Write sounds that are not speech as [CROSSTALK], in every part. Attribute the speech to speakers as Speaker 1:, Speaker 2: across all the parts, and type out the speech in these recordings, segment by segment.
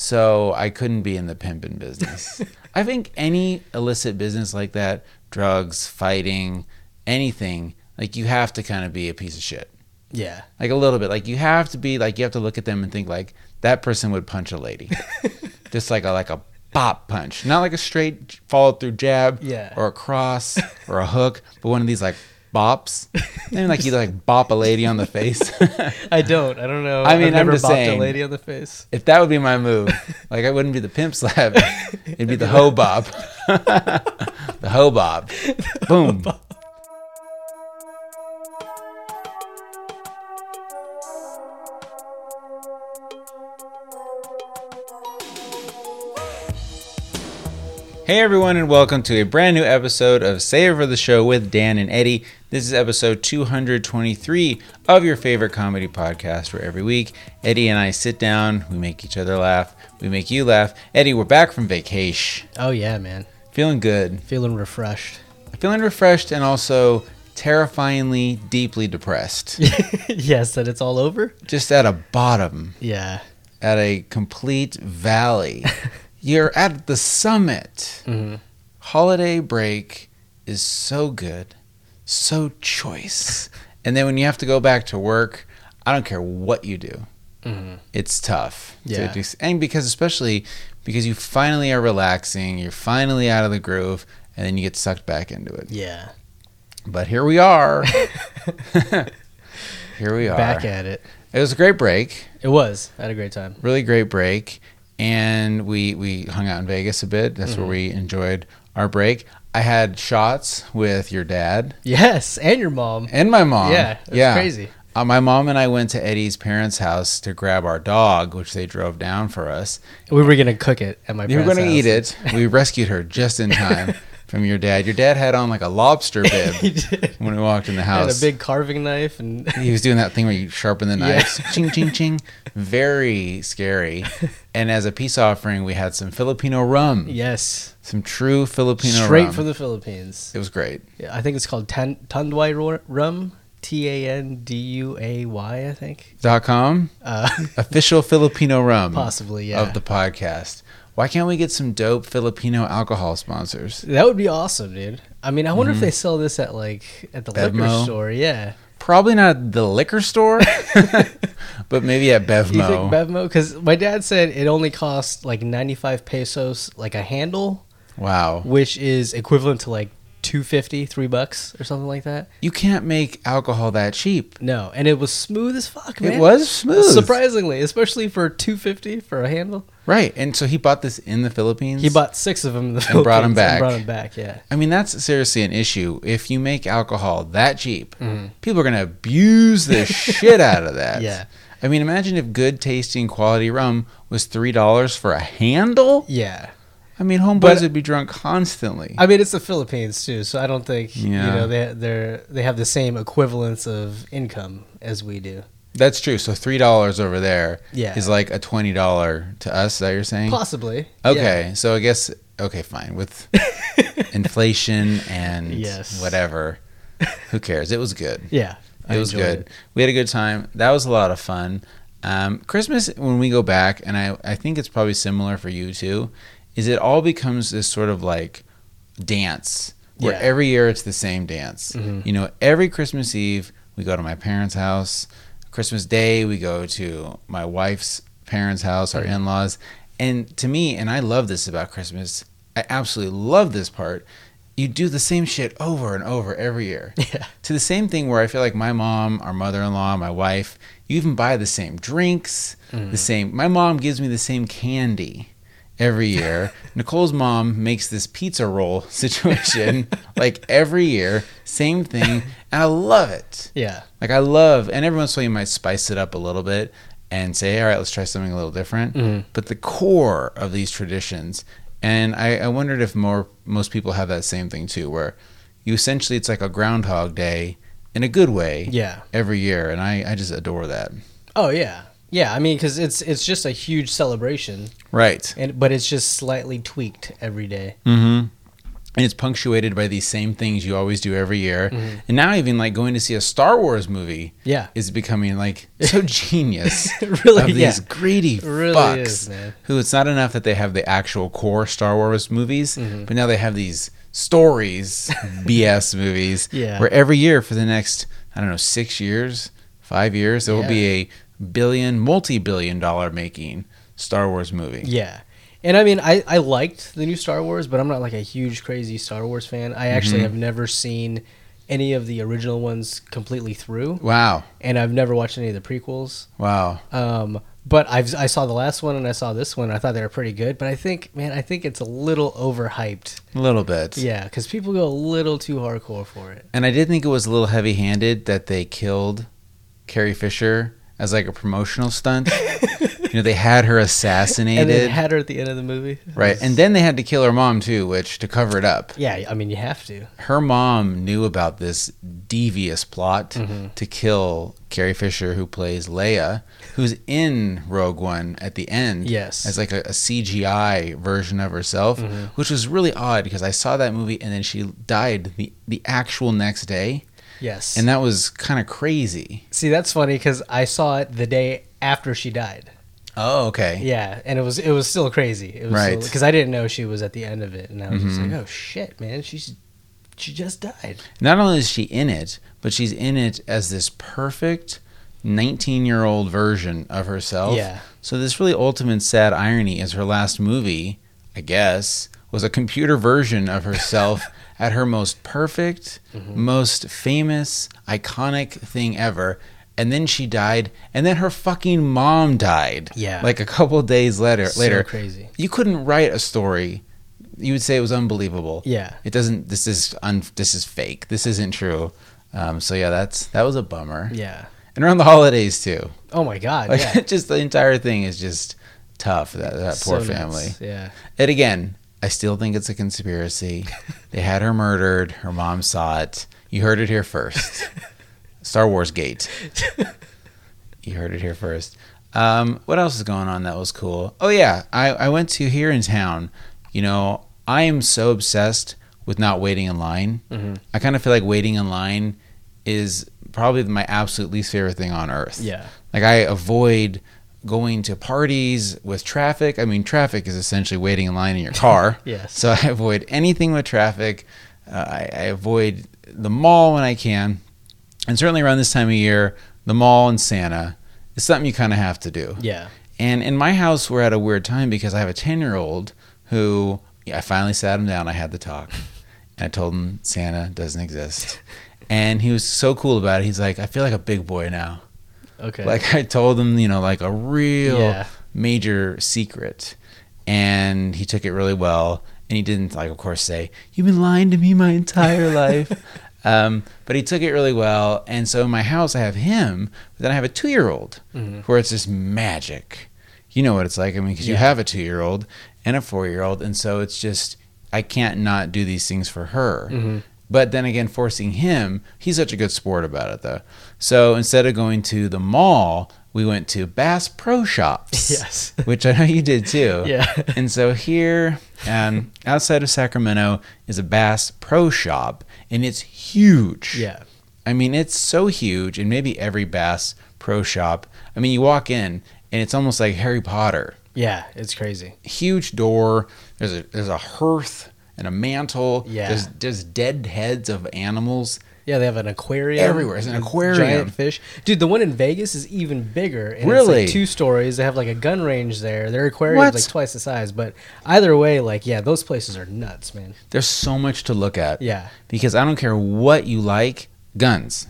Speaker 1: So I couldn't be in the pimping business. I think any illicit business like that, drugs, fighting, anything, like you have to kind of be a piece of shit.
Speaker 2: Yeah.
Speaker 1: Like a little bit. Like you have to be like you have to look at them and think like that person would punch a lady. Just like a like a bop punch. Not like a straight followed through jab
Speaker 2: Yeah.
Speaker 1: or a cross or a hook, but one of these like bops. And like you like bop a lady on the face.
Speaker 2: [LAUGHS] I don't. I don't know.
Speaker 1: I mean,
Speaker 2: I've
Speaker 1: I'm
Speaker 2: never
Speaker 1: just
Speaker 2: bopped
Speaker 1: saying.
Speaker 2: a lady on the face.
Speaker 1: if that would be my move, like I wouldn't be the pimp slap, it'd be the hoe bob. [LAUGHS] the hoe bob. Boom. Hey everyone, and welcome to a brand new episode of Save for the Show with Dan and Eddie. This is episode 223 of your favorite comedy podcast, where every week Eddie and I sit down, we make each other laugh, we make you laugh. Eddie, we're back from vacation,
Speaker 2: Oh yeah, man.
Speaker 1: feeling good,
Speaker 2: Feeling refreshed.
Speaker 1: feeling refreshed, and also terrifyingly deeply depressed.
Speaker 2: [LAUGHS] yes, that it's all over.
Speaker 1: Just at a bottom,
Speaker 2: Yeah.
Speaker 1: at a complete
Speaker 2: [LAUGHS]
Speaker 1: valley. You're at the summit.
Speaker 2: Mm-hmm.
Speaker 1: Holiday break is so good, so choice. and then when you have to go back to work, I don't care what you do,
Speaker 2: Mhm.
Speaker 1: it's tough. to
Speaker 2: Yeah.
Speaker 1: do- and because, especially because you finally are relaxing, you're finally out of the groove, and then you get sucked back into it.
Speaker 2: Yeah.
Speaker 1: But here we
Speaker 2: [LAUGHS]
Speaker 1: are. [LAUGHS] here we are.
Speaker 2: Back at it.
Speaker 1: it was a great break
Speaker 2: It was. I had a great time.
Speaker 1: really great break and we we hung out in Vegas a bit. That's
Speaker 2: Mm-hmm.
Speaker 1: where we enjoyed our break. I had shots with your dad
Speaker 2: Yes, and your mom.
Speaker 1: and my mom.
Speaker 2: Yeah, that's crazy.
Speaker 1: Uh, my mom and I went to Eddie's parents' house to grab our dog, which they drove down for us.
Speaker 2: We were gonna cook it at my.
Speaker 1: They were
Speaker 2: parents'
Speaker 1: going to eat
Speaker 2: house.
Speaker 1: it. We rescued her just in
Speaker 2: [LAUGHS]
Speaker 1: time from your dad. Your dad had on like a lobster bib
Speaker 2: he did.
Speaker 1: when we walked in the
Speaker 2: Had
Speaker 1: house.
Speaker 2: a big carving knife and
Speaker 1: he was doing that thing where you sharpen the
Speaker 2: Yeah.
Speaker 1: knives, ching ching ching, very
Speaker 2: [LAUGHS]
Speaker 1: scary. And as a peace offering, we had some Filipino rum,
Speaker 2: [LAUGHS] yes,
Speaker 1: some true Filipino
Speaker 2: straight
Speaker 1: rum.
Speaker 2: from the Philippines.
Speaker 1: it was great.
Speaker 2: Yeah, I think it's called tan- Tanduay ro- rum. T A N D U A Y. I think.
Speaker 1: Dot com
Speaker 2: Uh, [LAUGHS]
Speaker 1: official Filipino rum,
Speaker 2: Possibly, yeah.
Speaker 1: of the podcast. Why can't we get some dope Filipino alcohol sponsors?
Speaker 2: that would be awesome, dude. I mean, I wonder if they sell this at like at the liquor
Speaker 1: Mm-hmm. Bevmo?
Speaker 2: store. Yeah.
Speaker 1: Probably not at the liquor
Speaker 2: [LAUGHS]
Speaker 1: store, but maybe at Bevmo.
Speaker 2: Do you think Bevmo? Because my dad said it only costs like 95 pesos, like a handle,
Speaker 1: wow,
Speaker 2: which is equivalent to like 250, three bucks or something like that.
Speaker 1: you can't make alcohol that cheap.
Speaker 2: No, and it was smooth as fuck,
Speaker 1: It
Speaker 2: man.
Speaker 1: was smooth,
Speaker 2: Surprisingly, especially for 250 for a handle.
Speaker 1: right? And so he bought this in the Philippines.
Speaker 2: He bought six of them in the
Speaker 1: And brought 'em
Speaker 2: Philippines and
Speaker 1: back.
Speaker 2: brought 'em back, yeah.
Speaker 1: I mean, that's seriously an issue. If you make alcohol that cheap, people are going to abuse
Speaker 2: [LAUGHS]
Speaker 1: the shit out of that.
Speaker 2: Mm-hmm. Yeah.
Speaker 1: I mean, imagine if good tasting quality rum was $3 for a handle.
Speaker 2: Yeah.
Speaker 1: I mean, homeboys
Speaker 2: But-
Speaker 1: would be drunk constantly.
Speaker 2: I mean, it's the Philippines too, so I don't think, you
Speaker 1: Yeah.
Speaker 2: know, they, they're, they have the same equivalence of income as we do.
Speaker 1: that's true. So $3 over there is
Speaker 2: Yeah.
Speaker 1: like a $20 to us. Is that you're saying?
Speaker 2: Possibly. yeah.
Speaker 1: Okay. So I guess, okay, fine. With
Speaker 2: [LAUGHS]
Speaker 1: inflation and
Speaker 2: Yes.
Speaker 1: whatever, who cares? It was good.
Speaker 2: Yeah. I
Speaker 1: It was
Speaker 2: enjoyed
Speaker 1: good. We had a good time. That was a lot of fun. Um, Christmas, when we go back, and I, I think it's probably similar for you too, is it all becomes this sort of like dance where
Speaker 2: Yeah.
Speaker 1: every year it's the same dance. You know, every Christmas Eve, we go to my parents' house. Christmas Day, we go to my wife's parents' house, our in laws. And to me, and I love this about Christmas, I absolutely love this part. You do the same shit over and over every [LAUGHS] year
Speaker 2: [LAUGHS] Yeah.
Speaker 1: to the same thing where I feel like my mom, our mother in law, my wife, you even buy the same drinks, the same. My mom gives me the same candy every year. Nicole's mom makes this pizza roll [LAUGHS] situation like every year, same thing. And I love it.
Speaker 2: Yeah.
Speaker 1: Like I love, and every once in a while you might spice it up a little bit and say, all right, let's try something a little different. But the core of these traditions, and I, I wondered if more most people have that same thing too, where you essentially it's like a Groundhog Day in a good way
Speaker 2: Yeah.
Speaker 1: every year, and I, I just adore that.
Speaker 2: Oh yeah, yeah. I mean, because it's it's just a huge celebration,
Speaker 1: Right. Mm.
Speaker 2: and but it's just slightly tweaked every day.
Speaker 1: Mm-hmm. and it's punctuated by these same things you always do every year. And now even like going to see a Star Wars movie
Speaker 2: Yeah.
Speaker 1: is becoming
Speaker 2: [LAUGHS]
Speaker 1: like so genius
Speaker 2: It really-
Speaker 1: of these
Speaker 2: yeah.
Speaker 1: greedy
Speaker 2: really
Speaker 1: fucks
Speaker 2: is, man.
Speaker 1: who it's not enough that they have the actual core Star Wars movies,
Speaker 2: Mm-hmm.
Speaker 1: but now they have these
Speaker 2: [LAUGHS]
Speaker 1: stories BS movies
Speaker 2: Yeah.
Speaker 1: where every year for the next I don't know 6 years, 5 years there will be a billion multi-billion dollar making Star Wars movie.
Speaker 2: Yeah. And I mean, I, I liked the new Star Wars, but I'm not like a huge crazy Star Wars fan. I
Speaker 1: Mm-hmm.
Speaker 2: actually have never seen any of the original ones completely through,
Speaker 1: Wow.
Speaker 2: and I've never watched any of the prequels.
Speaker 1: Wow.
Speaker 2: Um, but I've I saw the last one and I saw this one. I thought they were pretty good, but I think, man, I think it's a little overhyped.
Speaker 1: A little bit.
Speaker 2: Yeah, because people go a little too hardcore for it.
Speaker 1: And I did think it was a little heavy handed that they killed Carrie Fisher as like a promotional
Speaker 2: [LAUGHS]
Speaker 1: stunt. you know, they had her
Speaker 2: And
Speaker 1: assassinated.
Speaker 2: then had her at the end of the movie,
Speaker 1: right. And then they had to kill her mom too, which to cover it up.
Speaker 2: yeah, I mean, you have to.
Speaker 1: Her mom knew about this devious plot
Speaker 2: Mm-hmm.
Speaker 1: to kill Carrie Fisher, who plays Leia, who's in Rogue One at the end.
Speaker 2: Yes.
Speaker 1: As like a, a CGI version of herself,
Speaker 2: Mm-hmm.
Speaker 1: which was really odd because I saw that movie and then she died the, the actual next day.
Speaker 2: Yes.
Speaker 1: And that was kind of crazy.
Speaker 2: see, that's funny because I saw it the day after she died.
Speaker 1: Oh, okay.
Speaker 2: Yeah, and it was it was still crazy. It was
Speaker 1: Right. Mm-hmm.
Speaker 2: because I didn't know she was at the end of it, and I was just like, oh shit, man, she's she just died.
Speaker 1: Not only is she in it, but she's in it as this perfect 19 year old version of herself.
Speaker 2: Yeah.
Speaker 1: So, this really ultimate sad irony is her last movie, I guess, was a computer version of
Speaker 2: [LAUGHS]
Speaker 1: herself at her most perfect,
Speaker 2: Mm-hmm.
Speaker 1: most famous, iconic thing ever. And then she died, and then her fucking mom died.
Speaker 2: Yeah.
Speaker 1: Like a couple days later.
Speaker 2: So
Speaker 1: later,
Speaker 2: crazy.
Speaker 1: You couldn't write a story. You would say it was unbelievable.
Speaker 2: Yeah.
Speaker 1: it doesn't this is un this is fake this isn't true um so yeah that's that was a bummer
Speaker 2: Yeah.
Speaker 1: and around the holidays too
Speaker 2: Oh my god.
Speaker 1: like
Speaker 2: yeah.
Speaker 1: just the entire thing is just tough that that [LAUGHS] poor
Speaker 2: So
Speaker 1: family
Speaker 2: nuts. Yeah.
Speaker 1: and again i still think it's a conspiracy they had her murdered her mom saw it you heard it here first star wars gate you heard it here first um what else is going on that was cool oh yeah i i went to here in town you know i am so obsessed with not waiting in line i kind of feel like waiting in line is probably my absolute least favorite thing on earth
Speaker 2: Yeah.
Speaker 1: like I avoid going to parties with traffic. I mean, traffic is essentially waiting in line in your car.
Speaker 2: Yes.
Speaker 1: So I avoid anything with traffic. Uh, I, I avoid the mall when I can, and certainly around this time of year, the mall and Santa is something you kind of have to do.
Speaker 2: Yeah.
Speaker 1: And in my house, we're at a weird time because I have a 10 year old who yeah, I finally sat him down. I had the talk. And I told him Santa doesn't exist. And he was so cool about it. He's like, I feel like a big boy now.
Speaker 2: Okay.
Speaker 1: Like [LAUGHS] I told him, you know, like a real
Speaker 2: Yeah.
Speaker 1: major secret. And he took it really well. And he didn't, like, of course, say, You've been lying to me my
Speaker 2: [LAUGHS]
Speaker 1: entire life. Um, but he took it really well. And so in my house, I have him, but then I have a two year old where it's just magic. You know what it's like. I mean, because you
Speaker 2: Mm-hmm. Yeah.
Speaker 1: have a two year old and a four year old. And so it's just, I can't not do these things for her.
Speaker 2: Mm-hmm.
Speaker 1: But then again, forcing him, he's such a good sport about it, though. So instead of going to the mall, we went to Bass Pro Shops.
Speaker 2: [LAUGHS] Yes.
Speaker 1: Which I know you did too.
Speaker 2: [LAUGHS] Yeah.
Speaker 1: And so here, um, outside of Sacramento, is a Bass Pro Shop, and it's huge.
Speaker 2: yeah.
Speaker 1: I mean, it's so huge, and maybe every Bass Pro Shop. I mean, you walk in, and it's almost like Harry Potter
Speaker 2: Yeah. It's crazy.
Speaker 1: huge door. There's a there's a hearth and a mantle.
Speaker 2: Yeah.
Speaker 1: There's there's dead heads of animals.
Speaker 2: Yeah, they have an aquarium
Speaker 1: Everywhere. It's an
Speaker 2: with
Speaker 1: aquarium.
Speaker 2: Giant fish, dude. The one in Vegas is even bigger. And
Speaker 1: Really?
Speaker 2: it's like two stories. They have like a gun range there. Their aquarium's
Speaker 1: What?
Speaker 2: like twice the size. But either way, like yeah, those places are nuts, man.
Speaker 1: There's so much to look at.
Speaker 2: Yeah.
Speaker 1: Because I don't care what you like, guns.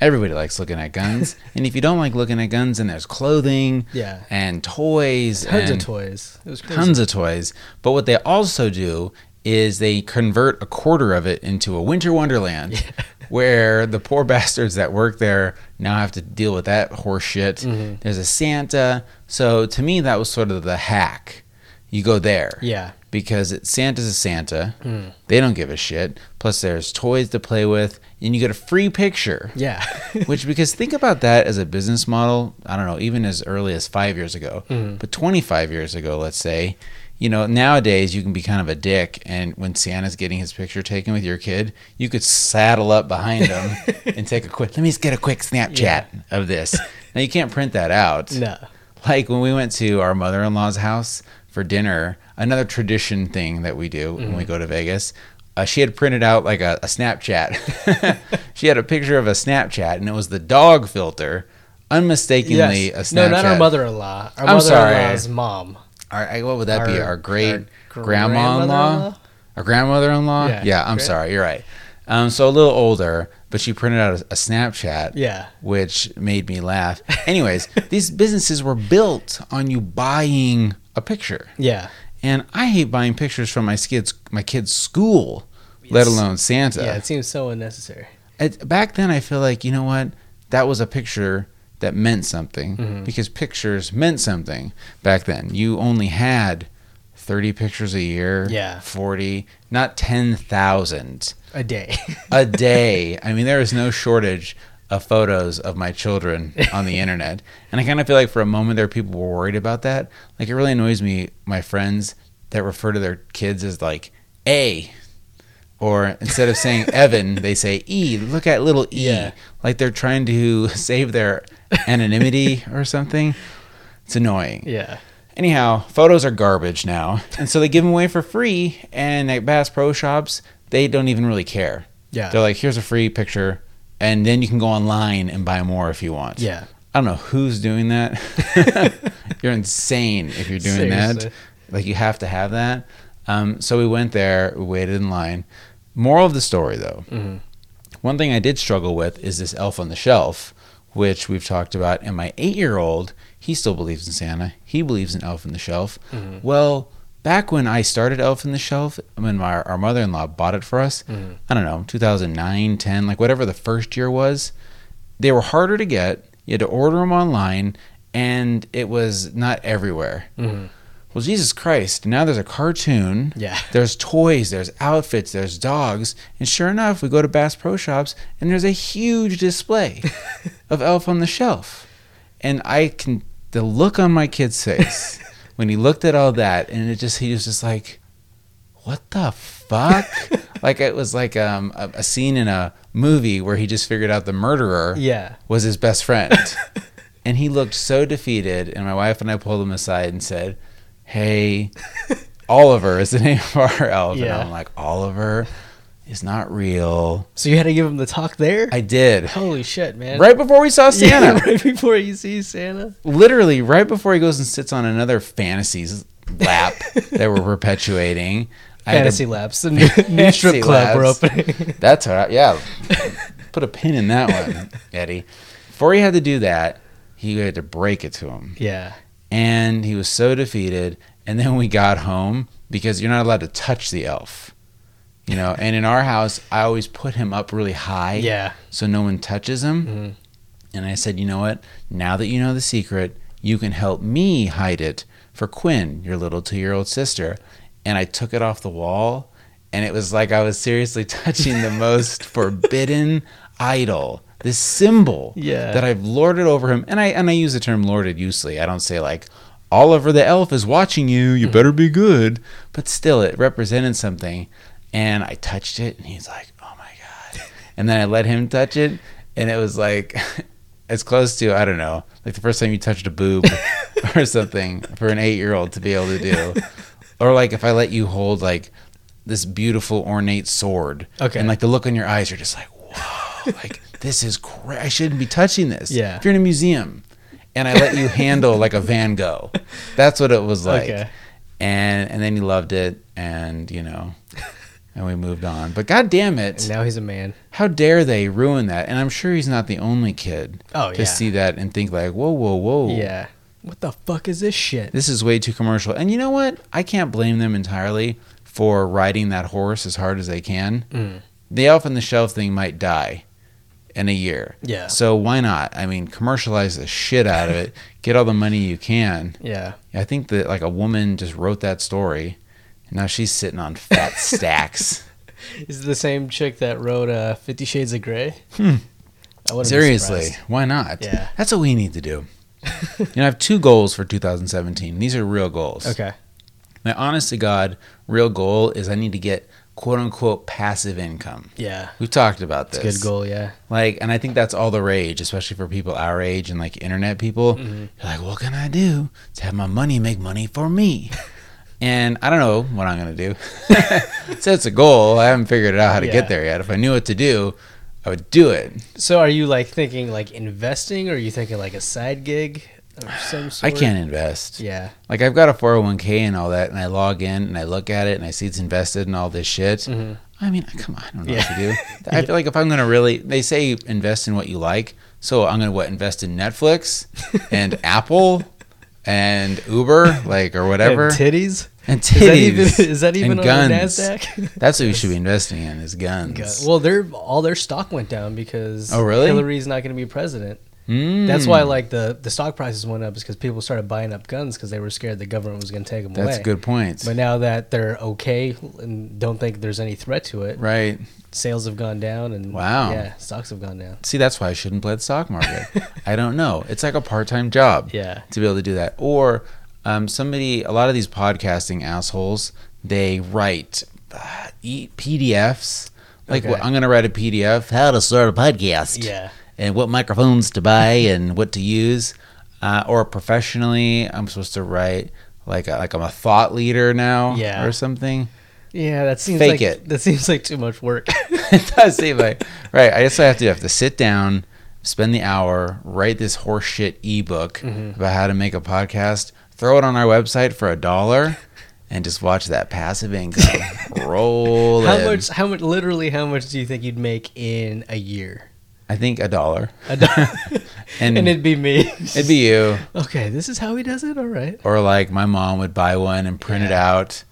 Speaker 1: Everybody likes looking at guns. and if you don't like looking at guns, then there's clothing.
Speaker 2: Yeah.
Speaker 1: And toys.
Speaker 2: Tons
Speaker 1: and
Speaker 2: of toys. It was crazy.
Speaker 1: Tons of toys. But what they also do is they convert a quarter of it into a winter wonderland [LAUGHS] where the poor bastards that work there now have to deal with that horse shit.
Speaker 2: Mm-hmm.
Speaker 1: There's a Santa. So to me, that was sort of the hack. You go there.
Speaker 2: Yeah. Hmm.
Speaker 1: Because it, Santa's a Santa. They don't give a shit. Plus, there's toys to play with, and you get a free picture.
Speaker 2: Yeah. [LAUGHS]
Speaker 1: Which, because think about that as a business model, I don't know, even as early as five years ago, but 25 years ago, let's say, you know, nowadays you can be kind of a dick, and when Sienna's getting his picture taken with your kid, you could saddle up behind him and take a quick. Let me just get a quick Snapchat of this. Now you can't print that out.
Speaker 2: No.
Speaker 1: Like when we went to our mother in law's house for dinner, another tradition thing that we do when we
Speaker 2: Mm-hmm.
Speaker 1: go to Vegas, uh, she had printed out like a, a Snapchat. [LAUGHS] she had a picture of a Snapchat, and it was the dog filter, unmistakably a Snapchat.
Speaker 2: No, not our mother-in-law. Our
Speaker 1: I'm sorry.
Speaker 2: mother-in-law's mom.
Speaker 1: Our, I- what would that be?
Speaker 2: Our-
Speaker 1: Our great
Speaker 2: our
Speaker 1: grandma in law?
Speaker 2: grandmother-in-law?
Speaker 1: Our grandmother in law? Yeah,
Speaker 2: Yeah.
Speaker 1: I'm
Speaker 2: Great.
Speaker 1: sorry. You're right. Um, so a little older, but she printed out a, a Snapchat.
Speaker 2: Yeah.
Speaker 1: Which made me laugh.
Speaker 2: [LAUGHS]
Speaker 1: Anyways, these businesses were built on you buying a picture.
Speaker 2: Yeah.
Speaker 1: And I hate buying pictures from my kids, my kids' school, let
Speaker 2: It's-
Speaker 1: alone Santa.
Speaker 2: Yeah, it seems so unnecessary.
Speaker 1: It, back then, I feel like you know what that was a picture that meant something because pictures meant something back then. You only had thirty pictures a year,
Speaker 2: Yeah.
Speaker 1: forty, not ten thousand
Speaker 2: A day. [LAUGHS]
Speaker 1: a day. I mean, there is no shortage of photos of my children on the internet. And I kind of feel like for a moment there, people were worried about that. Like, it really annoys me, my friends that refer to their kids as like A, or instead of saying Evan, they say E. Look at little E.
Speaker 2: Yeah.
Speaker 1: Like they're trying to [LAUGHS] save their anonymity or something. It's annoying.
Speaker 2: yeah.
Speaker 1: Anyhow, photos are garbage now, and so they give them away for free. And at Bass Pro Shops, they don't even really care.
Speaker 2: Yeah.
Speaker 1: they're like, "Here's a free picture, and then you can go online and buy more if you want."
Speaker 2: Yeah.
Speaker 1: I don't know who's doing
Speaker 2: [LAUGHS]
Speaker 1: that. [LAUGHS] you're insane if you're doing that.
Speaker 2: Seriously.
Speaker 1: Like you have to have that. Um, so we went there, we waited in line. Moral of the story, though, one thing I did struggle with is this elf on the shelf, which we've talked about. And my eight year old, he still believes in Santa. He believes in Elf on the Shelf. Well, back when I started Elf on the Shelf, when my, our mother in law bought it for us, I don't know, 2009, 10, like whatever the first year was, they were harder to get. You had to order them online, and it was not everywhere. Well, Jesus Christ, now there's a cartoon.
Speaker 2: Mm-hmm. Yeah.
Speaker 1: There's toys, there's outfits, there's dogs. And sure enough, we go to Bass Pro Shops and there's a huge display of Elf on the Shelf. And I can, the look on my kid's face when he looked at all that, and it just, he was just like, what the fuck? like it was like um, a, a scene in a movie where he just figured out the murderer
Speaker 2: Yeah.
Speaker 1: was his best friend. [LAUGHS] and he looked so defeated. And my wife and I pulled him aside and said,
Speaker 2: [LAUGHS]
Speaker 1: Hey, Oliver is the name of our elf.
Speaker 2: Yeah.
Speaker 1: And I'm like, Oliver is not real.
Speaker 2: So you had to give him the talk there?
Speaker 1: I did.
Speaker 2: Holy shit, man. [LAUGHS]
Speaker 1: Right before we saw
Speaker 2: Yeah,
Speaker 1: Santa,
Speaker 2: right before you see Santa.
Speaker 1: literally right before he goes and sits on another fantasies
Speaker 2: [LAUGHS]
Speaker 1: lap that we're perpetuating. I had to-
Speaker 2: Fantasy Labs. The new, new
Speaker 1: Fantasy
Speaker 2: strip club we're
Speaker 1: Labs.
Speaker 2: opening. [LAUGHS]
Speaker 1: That's all right. Yeah. Put a pin in that one, Eddie. Before he had to do that, he had to break it to him.
Speaker 2: yeah.
Speaker 1: And he was so defeated. And then we got home because you're not allowed to touch the elf. You know, and in our house, I always put him up really high
Speaker 2: Yeah. Mm-hmm.
Speaker 1: so no one touches him. And I said, you know what? Now that you know the secret, you can help me hide it for Quinn, your little two year old sister. And I took it off the wall, and it was like I was seriously [LAUGHS] touching the most forbidden idol, this symbol
Speaker 2: Yeah.
Speaker 1: that I've lorded over him. And I and I use the term lorded loosely. I don't say like Oliver the elf is watching you. You better be good. But still, it represented something. And I touched it, and he's like, "Oh my god!" And then I let him touch it, and it was like [LAUGHS] as close to I don't know, like the first time you touched a boob or something for an eight-year-old to be able to do, or like if I let you hold like this beautiful ornate sword,
Speaker 2: Okay.
Speaker 1: and like the look in your eyes, you're just like, "Whoa!"
Speaker 2: [LAUGHS]
Speaker 1: like this is cra I shouldn't be touching this.
Speaker 2: Yeah.
Speaker 1: if you're in a museum, and I let you
Speaker 2: [LAUGHS]
Speaker 1: handle like a Van Gogh, that's what it was like.
Speaker 2: Okay.
Speaker 1: And and then he loved it, and you know, and we moved on. But god damn it,
Speaker 2: And now he's a man.
Speaker 1: how dare they ruin that? And I'm sure he's not the only kid
Speaker 2: Oh,
Speaker 1: to
Speaker 2: yeah.
Speaker 1: see that and think like, whoa, whoa, whoa.
Speaker 2: Yeah. What the fuck is this shit?
Speaker 1: This is way too commercial. And you know what? I can't blame them entirely for riding that horse as hard as they can.
Speaker 2: Mm.
Speaker 1: The elf on the shelf thing might die in a year.
Speaker 2: Yeah.
Speaker 1: So why not? I mean, commercialize the shit out of
Speaker 2: [LAUGHS]
Speaker 1: it. Get all the money you can.
Speaker 2: Yeah.
Speaker 1: I think that like a woman just wrote that story and now she's sitting on
Speaker 2: [LAUGHS]
Speaker 1: fat stacks.
Speaker 2: Is it the same chick that wrote uh, Fifty Shades of Grey? I wouldn't be
Speaker 1: Hmm. Seriously,
Speaker 2: surprised.
Speaker 1: why not?
Speaker 2: Yeah.
Speaker 1: That's
Speaker 2: [LAUGHS]
Speaker 1: what we need to do. you know, I have two goals for 2017. These are real goals.
Speaker 2: Okay.
Speaker 1: My honest to God, real goal is I need to get quote unquote passive income.
Speaker 2: Yeah.
Speaker 1: We've talked about this.
Speaker 2: It's a good goal, yeah.
Speaker 1: Like, and I think that's all the rage, especially for people our age and like internet people.
Speaker 2: Mm-hmm.
Speaker 1: You're like, what can I do to have my money make money for
Speaker 2: [LAUGHS]
Speaker 1: me? and I don't know what I'm gonna do. [LAUGHS] so it's a goal. I haven't figured out how to
Speaker 2: Yeah.
Speaker 1: get there yet. If I knew what to do, I would do it.
Speaker 2: So are you like thinking like investing or are you thinking like a side gig or some sort?
Speaker 1: I can't invest.
Speaker 2: Yeah.
Speaker 1: Like I've got a 401k and all that, and I log in and I look at it and I see it's invested and all this shit.
Speaker 2: Mm-hmm.
Speaker 1: I mean, come on, I don't know what to do. [LAUGHS] I feel like if I'm gonna really, they say invest in what you like, so I'm gonna what invest in
Speaker 2: [LAUGHS]
Speaker 1: Netflix and Apple and Uber, like or whatever,
Speaker 2: And titties?
Speaker 1: and
Speaker 2: Is that
Speaker 1: titties.
Speaker 2: even is that even
Speaker 1: and
Speaker 2: on
Speaker 1: guns.
Speaker 2: the Nasdaq?
Speaker 1: That's what we
Speaker 2: [LAUGHS]
Speaker 1: should be investing in is guns.
Speaker 2: God. Well, their all their stock went down because
Speaker 1: Oh, really?
Speaker 2: Hillary's not going to be president.
Speaker 1: Mm,
Speaker 2: That's why like the the stock prices went up is because people started buying up guns because they were scared the government was going to take them away.
Speaker 1: That's good points.
Speaker 2: But now that they're okay and don't think there's any threat to it,
Speaker 1: right.
Speaker 2: sales have gone down and
Speaker 1: Wow.
Speaker 2: yeah, stocks have gone down.
Speaker 1: See, that's why I shouldn't play the stock market. I don't know. It's like a part-time job.
Speaker 2: [LAUGHS] Yeah.
Speaker 1: to be able to do that. Or um, somebody, a lot of these podcasting assholes, they write uh, e- PDFs. Like,
Speaker 2: Okay.
Speaker 1: I'm going to write a PDF, how to start a podcast,
Speaker 2: Yeah.
Speaker 1: and what microphones to buy and what to use. Uh, or professionally, I'm supposed to write like a, like I'm a thought leader now,
Speaker 2: Yeah.
Speaker 1: or something.
Speaker 2: Yeah, that seems
Speaker 1: Fake
Speaker 2: like
Speaker 1: it.
Speaker 2: that seems like too much work.
Speaker 1: [LAUGHS] it does seem like right. I guess I have to I have to sit down, spend the hour, write this horseshit ebook
Speaker 2: Mm-hmm.
Speaker 1: about how to make a podcast, throw it on our website for a
Speaker 2: [LAUGHS]
Speaker 1: dollar, and just watch that passive income roll
Speaker 2: how
Speaker 1: in.
Speaker 2: much how much literally how much do you think you'd make in
Speaker 1: [LAUGHS]
Speaker 2: a year?
Speaker 1: I think a dollar,
Speaker 2: A dollar.
Speaker 1: and,
Speaker 2: [LAUGHS]
Speaker 1: it'd,
Speaker 2: and it'd be me.
Speaker 1: be you,
Speaker 2: [LAUGHS] okay, this is how he does it. All right.
Speaker 1: or like my mom would buy one and print it out.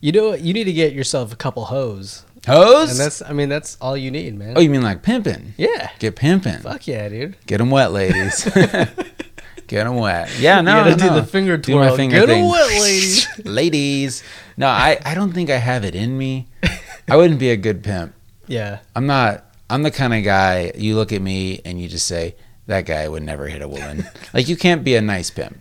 Speaker 2: You know, what? you need to get yourself a couple hoes, and
Speaker 1: Hose?
Speaker 2: that's I mean that's all you need, man.
Speaker 1: oh, you mean like pimping?
Speaker 2: yeah.
Speaker 1: Get pimping.
Speaker 2: Fuck yeah, dude.
Speaker 1: Get them wet,
Speaker 2: [LAUGHS]
Speaker 1: ladies. Get them wet. Yeah, no,
Speaker 2: gotta do
Speaker 1: no.
Speaker 2: the finger
Speaker 1: Do my
Speaker 2: twirl.
Speaker 1: finger
Speaker 2: Get 'em
Speaker 1: thing. [LAUGHS]
Speaker 2: wet, ladies.
Speaker 1: ladies. No, I, I don't think I have it in [LAUGHS] me. I wouldn't be a good pimp. [LAUGHS]
Speaker 2: Yeah.
Speaker 1: I'm not. I'm the kind of guy you look at me and you just say that guy would never hit a [LAUGHS] woman. like you can't be a nice pimp.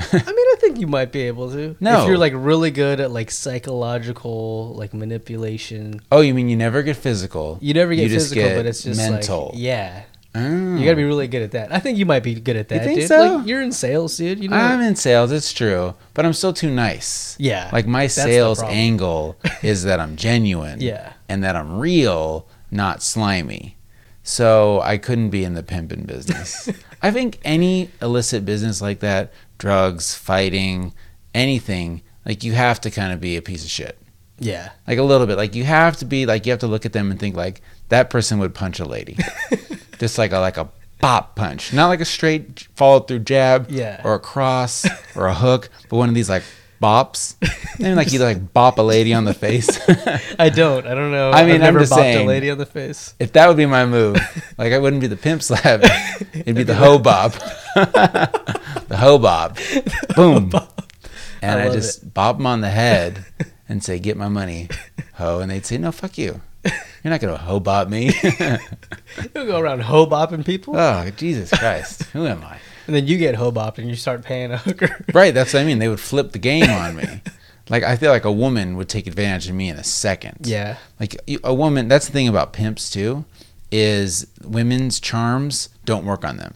Speaker 2: I mean, I think you might be able to.
Speaker 1: No.
Speaker 2: If you're like really good at like psychological like manipulation.
Speaker 1: Oh, you mean you never get physical?
Speaker 2: You never get
Speaker 1: You just
Speaker 2: physical,
Speaker 1: get
Speaker 2: but it's just
Speaker 1: mental.
Speaker 2: like yeah.
Speaker 1: Oh.
Speaker 2: You gotta be really good at that. I think you might be good at that,
Speaker 1: think
Speaker 2: dude.
Speaker 1: so?
Speaker 2: Like you're in sales, dude. You know.
Speaker 1: I'm in sales. It's true, but I'm still too nice.
Speaker 2: yeah.
Speaker 1: Like my
Speaker 2: That's the
Speaker 1: sales
Speaker 2: problem. [LAUGHS]
Speaker 1: angle is that I'm genuine.
Speaker 2: Yeah.
Speaker 1: And that I'm real, not slimy. So I couldn't be in the pimping
Speaker 2: [LAUGHS]
Speaker 1: business. I think any illicit business like that, drugs, fighting, anything, like you have to kind of be a piece of shit. [LAUGHS]
Speaker 2: Yeah.
Speaker 1: Like a little bit. Like you have to be like you have to look at them and think like that person would punch a
Speaker 2: [LAUGHS]
Speaker 1: lady. Just like a like a bop punch. Not like a straight follow through jab
Speaker 2: Yeah.
Speaker 1: or a cross or a hook, but one of these like bops. And like you like bop a lady on the face. [LAUGHS]
Speaker 2: I don't. I don't know.
Speaker 1: I
Speaker 2: I
Speaker 1: mean,
Speaker 2: mean, I've never
Speaker 1: I'm just
Speaker 2: bopped
Speaker 1: saying.
Speaker 2: a lady on the face.
Speaker 1: if that would be my move, like I wouldn't be the pimp slap. It'd be the hoe bop. [LAUGHS] the hoe bop. [LAUGHS] Boom. And
Speaker 2: [LAUGHS]
Speaker 1: I,
Speaker 2: I love
Speaker 1: just bop them on the head and say, "Get my money, hoe," and they'd say, "No, fuck you. You're not gonna hoe bop me." [LAUGHS]
Speaker 2: You don't go around hoe bopping people,
Speaker 1: oh, Jesus Christ,
Speaker 2: [LAUGHS]
Speaker 1: who am I?
Speaker 2: and then you get hoe bopped and you start paying a hooker.
Speaker 1: [LAUGHS] Right, that's what I mean. They would flip the game on
Speaker 2: [LAUGHS]
Speaker 1: me. Like I feel like a woman would take advantage of me in a second.
Speaker 2: Yeah.
Speaker 1: like you- a woman. That's the thing about pimps too, is women's charms don't work on
Speaker 2: [LAUGHS]
Speaker 1: them,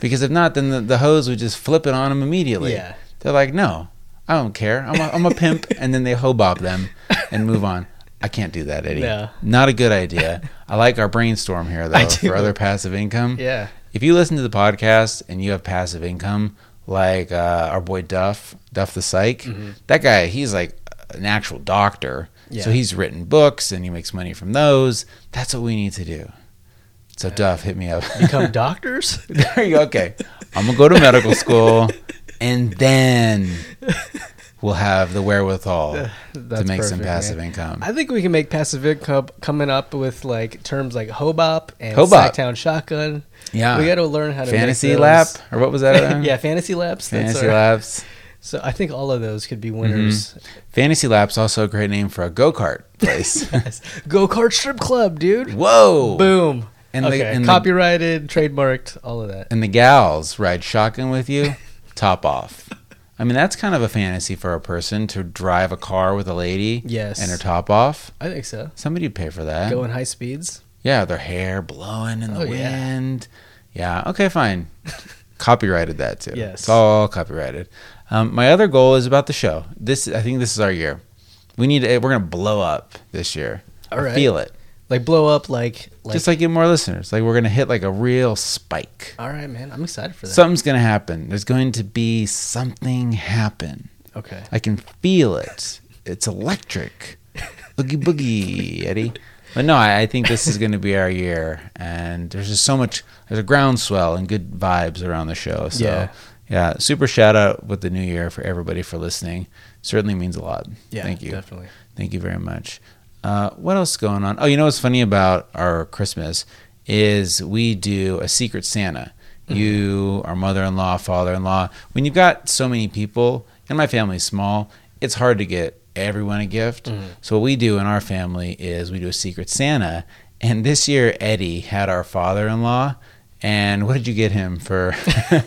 Speaker 1: because if not, then the, the hoes would just flip it on them immediately.
Speaker 2: Yeah.
Speaker 1: they're like, no, I don't care. I'm a, I'm a
Speaker 2: [LAUGHS]
Speaker 1: pimp, and then they hoe bob them and move on. I can't do that, Eddie.
Speaker 2: No.
Speaker 1: Not a good idea. I like our brainstorm here though
Speaker 2: [LAUGHS] I do.
Speaker 1: for other passive income.
Speaker 2: Yeah.
Speaker 1: If you listen to the podcast and you have passive income, like uh, our boy Duff, Duff the Psych,
Speaker 2: Mm-hmm.
Speaker 1: that guy, he's like an actual doctor. So
Speaker 2: Yeah.
Speaker 1: he's written books and he makes money from those. That's what we need to do. So Duff, hit me up. [LAUGHS]
Speaker 2: Become doctors. [LAUGHS]
Speaker 1: there you go. Okay, I'm gonna go to medical school, and then we'll have the wherewithal to
Speaker 2: [LAUGHS] that's
Speaker 1: make some
Speaker 2: perfect, man.
Speaker 1: passive income.
Speaker 2: I think we can make passive income coming up with like terms like hobop and
Speaker 1: Hoe bop.
Speaker 2: Sacktown shotgun.
Speaker 1: Yeah.
Speaker 2: we got to learn how to make
Speaker 1: Ah. Fantasy
Speaker 2: those.
Speaker 1: lap or what was that?
Speaker 2: [LAUGHS]
Speaker 1: other one?
Speaker 2: yeah, fantasy laps. That's
Speaker 1: fantasy
Speaker 2: our-
Speaker 1: laps.
Speaker 2: So I think all of those could be winners.
Speaker 1: Mm-hmm. Fantasy Lab's also a great name for a go kart
Speaker 2: [LAUGHS]
Speaker 1: place. [LAUGHS]
Speaker 2: Go kart strip club, dude.
Speaker 1: Whoa!
Speaker 2: Boom.
Speaker 1: And the-
Speaker 2: okay,
Speaker 1: and the-
Speaker 2: copyrighted, trademarked, all of that. [LAUGHS]
Speaker 1: And the gals ride shotgun with you, top off. I mean, that's kind of a fantasy for a person to drive a car with a lady
Speaker 2: Yes.
Speaker 1: and her top off.
Speaker 2: I think so.
Speaker 1: Somebody would pay for that.
Speaker 2: Going high speeds.
Speaker 1: Yeah, their hair blowing in the
Speaker 2: Oh, yeah.
Speaker 1: wind. Yeah. Okay,
Speaker 2: [LAUGHS]
Speaker 1: fine. copyrighted that too.
Speaker 2: Yes.
Speaker 1: It's all copyrighted. Um, my other goal is about the show. This I think this is our year. We need to, we're gonna blow up this year.
Speaker 2: All
Speaker 1: I
Speaker 2: right.
Speaker 1: feel it.
Speaker 2: Like blow up like like,
Speaker 1: Just like get more listeners. Like we're gonna hit like a real spike.
Speaker 2: All right, man. I'm excited for that.
Speaker 1: Something's gonna happen. There's going to be something happen.
Speaker 2: okay.
Speaker 1: I can feel it. It's electric. Oogie boogie, Eddie. But no, I, I think this is going to be our year, and there's just so much. There's a groundswell and good vibes around the show. So
Speaker 2: Yeah.
Speaker 1: yeah, super shout out with the new year for everybody for listening. Certainly means a lot.
Speaker 2: Yeah.
Speaker 1: thank you,
Speaker 2: Definitely.
Speaker 1: thank you very much. Uh, what else is going on? Oh, you know what's funny about our Christmas is we do a secret Santa. You, our mother-in-law, father-in-law. When you've got so many people, and my family's small, it's hard to get everyone a gift. So what we do in our family is we do a secret Santa. And this year, Eddie had our father-in-law, and what did you get him for?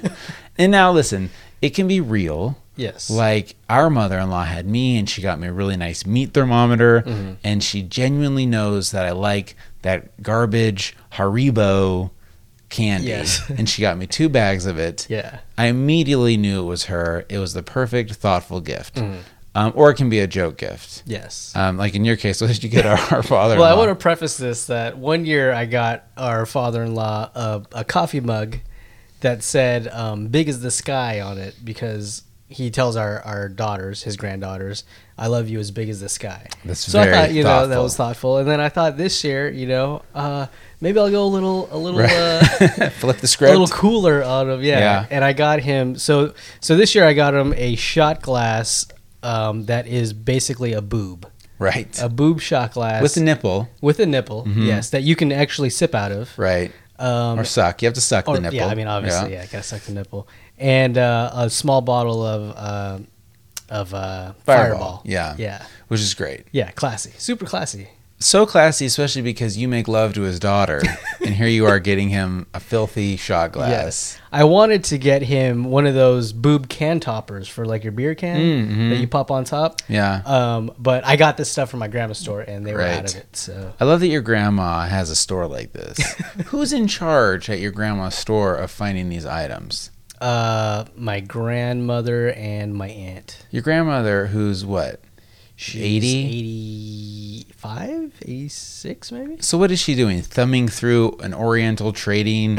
Speaker 1: [LAUGHS] and now listen, it can be real.
Speaker 2: Yes.
Speaker 1: Like our mother in law had me, and she got me a really nice meat thermometer,
Speaker 2: Mm-hmm.
Speaker 1: and she genuinely knows that I like that garbage Haribo candy,
Speaker 2: Yes.
Speaker 1: [LAUGHS] and she got me two bags of it.
Speaker 2: yeah.
Speaker 1: I immediately knew it was her. It was the perfect, thoughtful gift,
Speaker 2: Mm-hmm.
Speaker 1: um, or it can be a joke gift.
Speaker 2: Yes.
Speaker 1: Um, like in your case, [LAUGHS] what did you get our, our father?
Speaker 2: well, I want to preface this that one year I got our father-in-law a, a coffee mug that said um, "Big as the sky" on it because he tells our, our daughters, his granddaughters, "I love you as big as the sky."
Speaker 1: That's
Speaker 2: so
Speaker 1: very
Speaker 2: I thought you know that
Speaker 1: thoughtful.
Speaker 2: was thoughtful, and then I thought this year, you know, uh, maybe I'll go a little a little.
Speaker 1: [LAUGHS]
Speaker 2: Uh,
Speaker 1: to flip the script.
Speaker 2: a little cooler out of yeah.
Speaker 1: Yeah.
Speaker 2: And I got him so so this year I got him a shot glass um, that is basically a boob,
Speaker 1: right
Speaker 2: a boob shot glass
Speaker 1: with the nipple,
Speaker 2: with a nipple, yes, that you can actually sip out of.
Speaker 1: right?
Speaker 2: Um,
Speaker 1: or Mm-hmm. suck. You have to suck
Speaker 2: or-
Speaker 1: the nipple.
Speaker 2: Yeah, I mean, obviously, yeah, gotta suck the nipple. And uh, a small bottle of uh, of
Speaker 1: Fireball.
Speaker 2: uh, fireball.
Speaker 1: Yeah.
Speaker 2: yeah,
Speaker 1: which is great.
Speaker 2: yeah. Classy, super classy.
Speaker 1: so classy, especially because you make love to his
Speaker 2: [LAUGHS]
Speaker 1: daughter, and here you are getting him a filthy shot glass.
Speaker 2: I wanted to get him one of those boob can toppers for like your beer can
Speaker 1: Mm-hmm.
Speaker 2: that you pop on top.
Speaker 1: Yeah.
Speaker 2: Um, but I got this stuff from my grandma's store, and they were out
Speaker 1: Right.
Speaker 2: of it. So
Speaker 1: I love that your grandma has a store like
Speaker 2: [LAUGHS]
Speaker 1: this. Who's in charge at your grandma's store of finding these items?
Speaker 2: uh, my grandmother and my aunt.
Speaker 1: Your grandmother, who's what?
Speaker 2: She's 85, 86 maybe?
Speaker 1: So what is she doing? Thumbing through an Oriental
Speaker 2: [LAUGHS]
Speaker 1: trading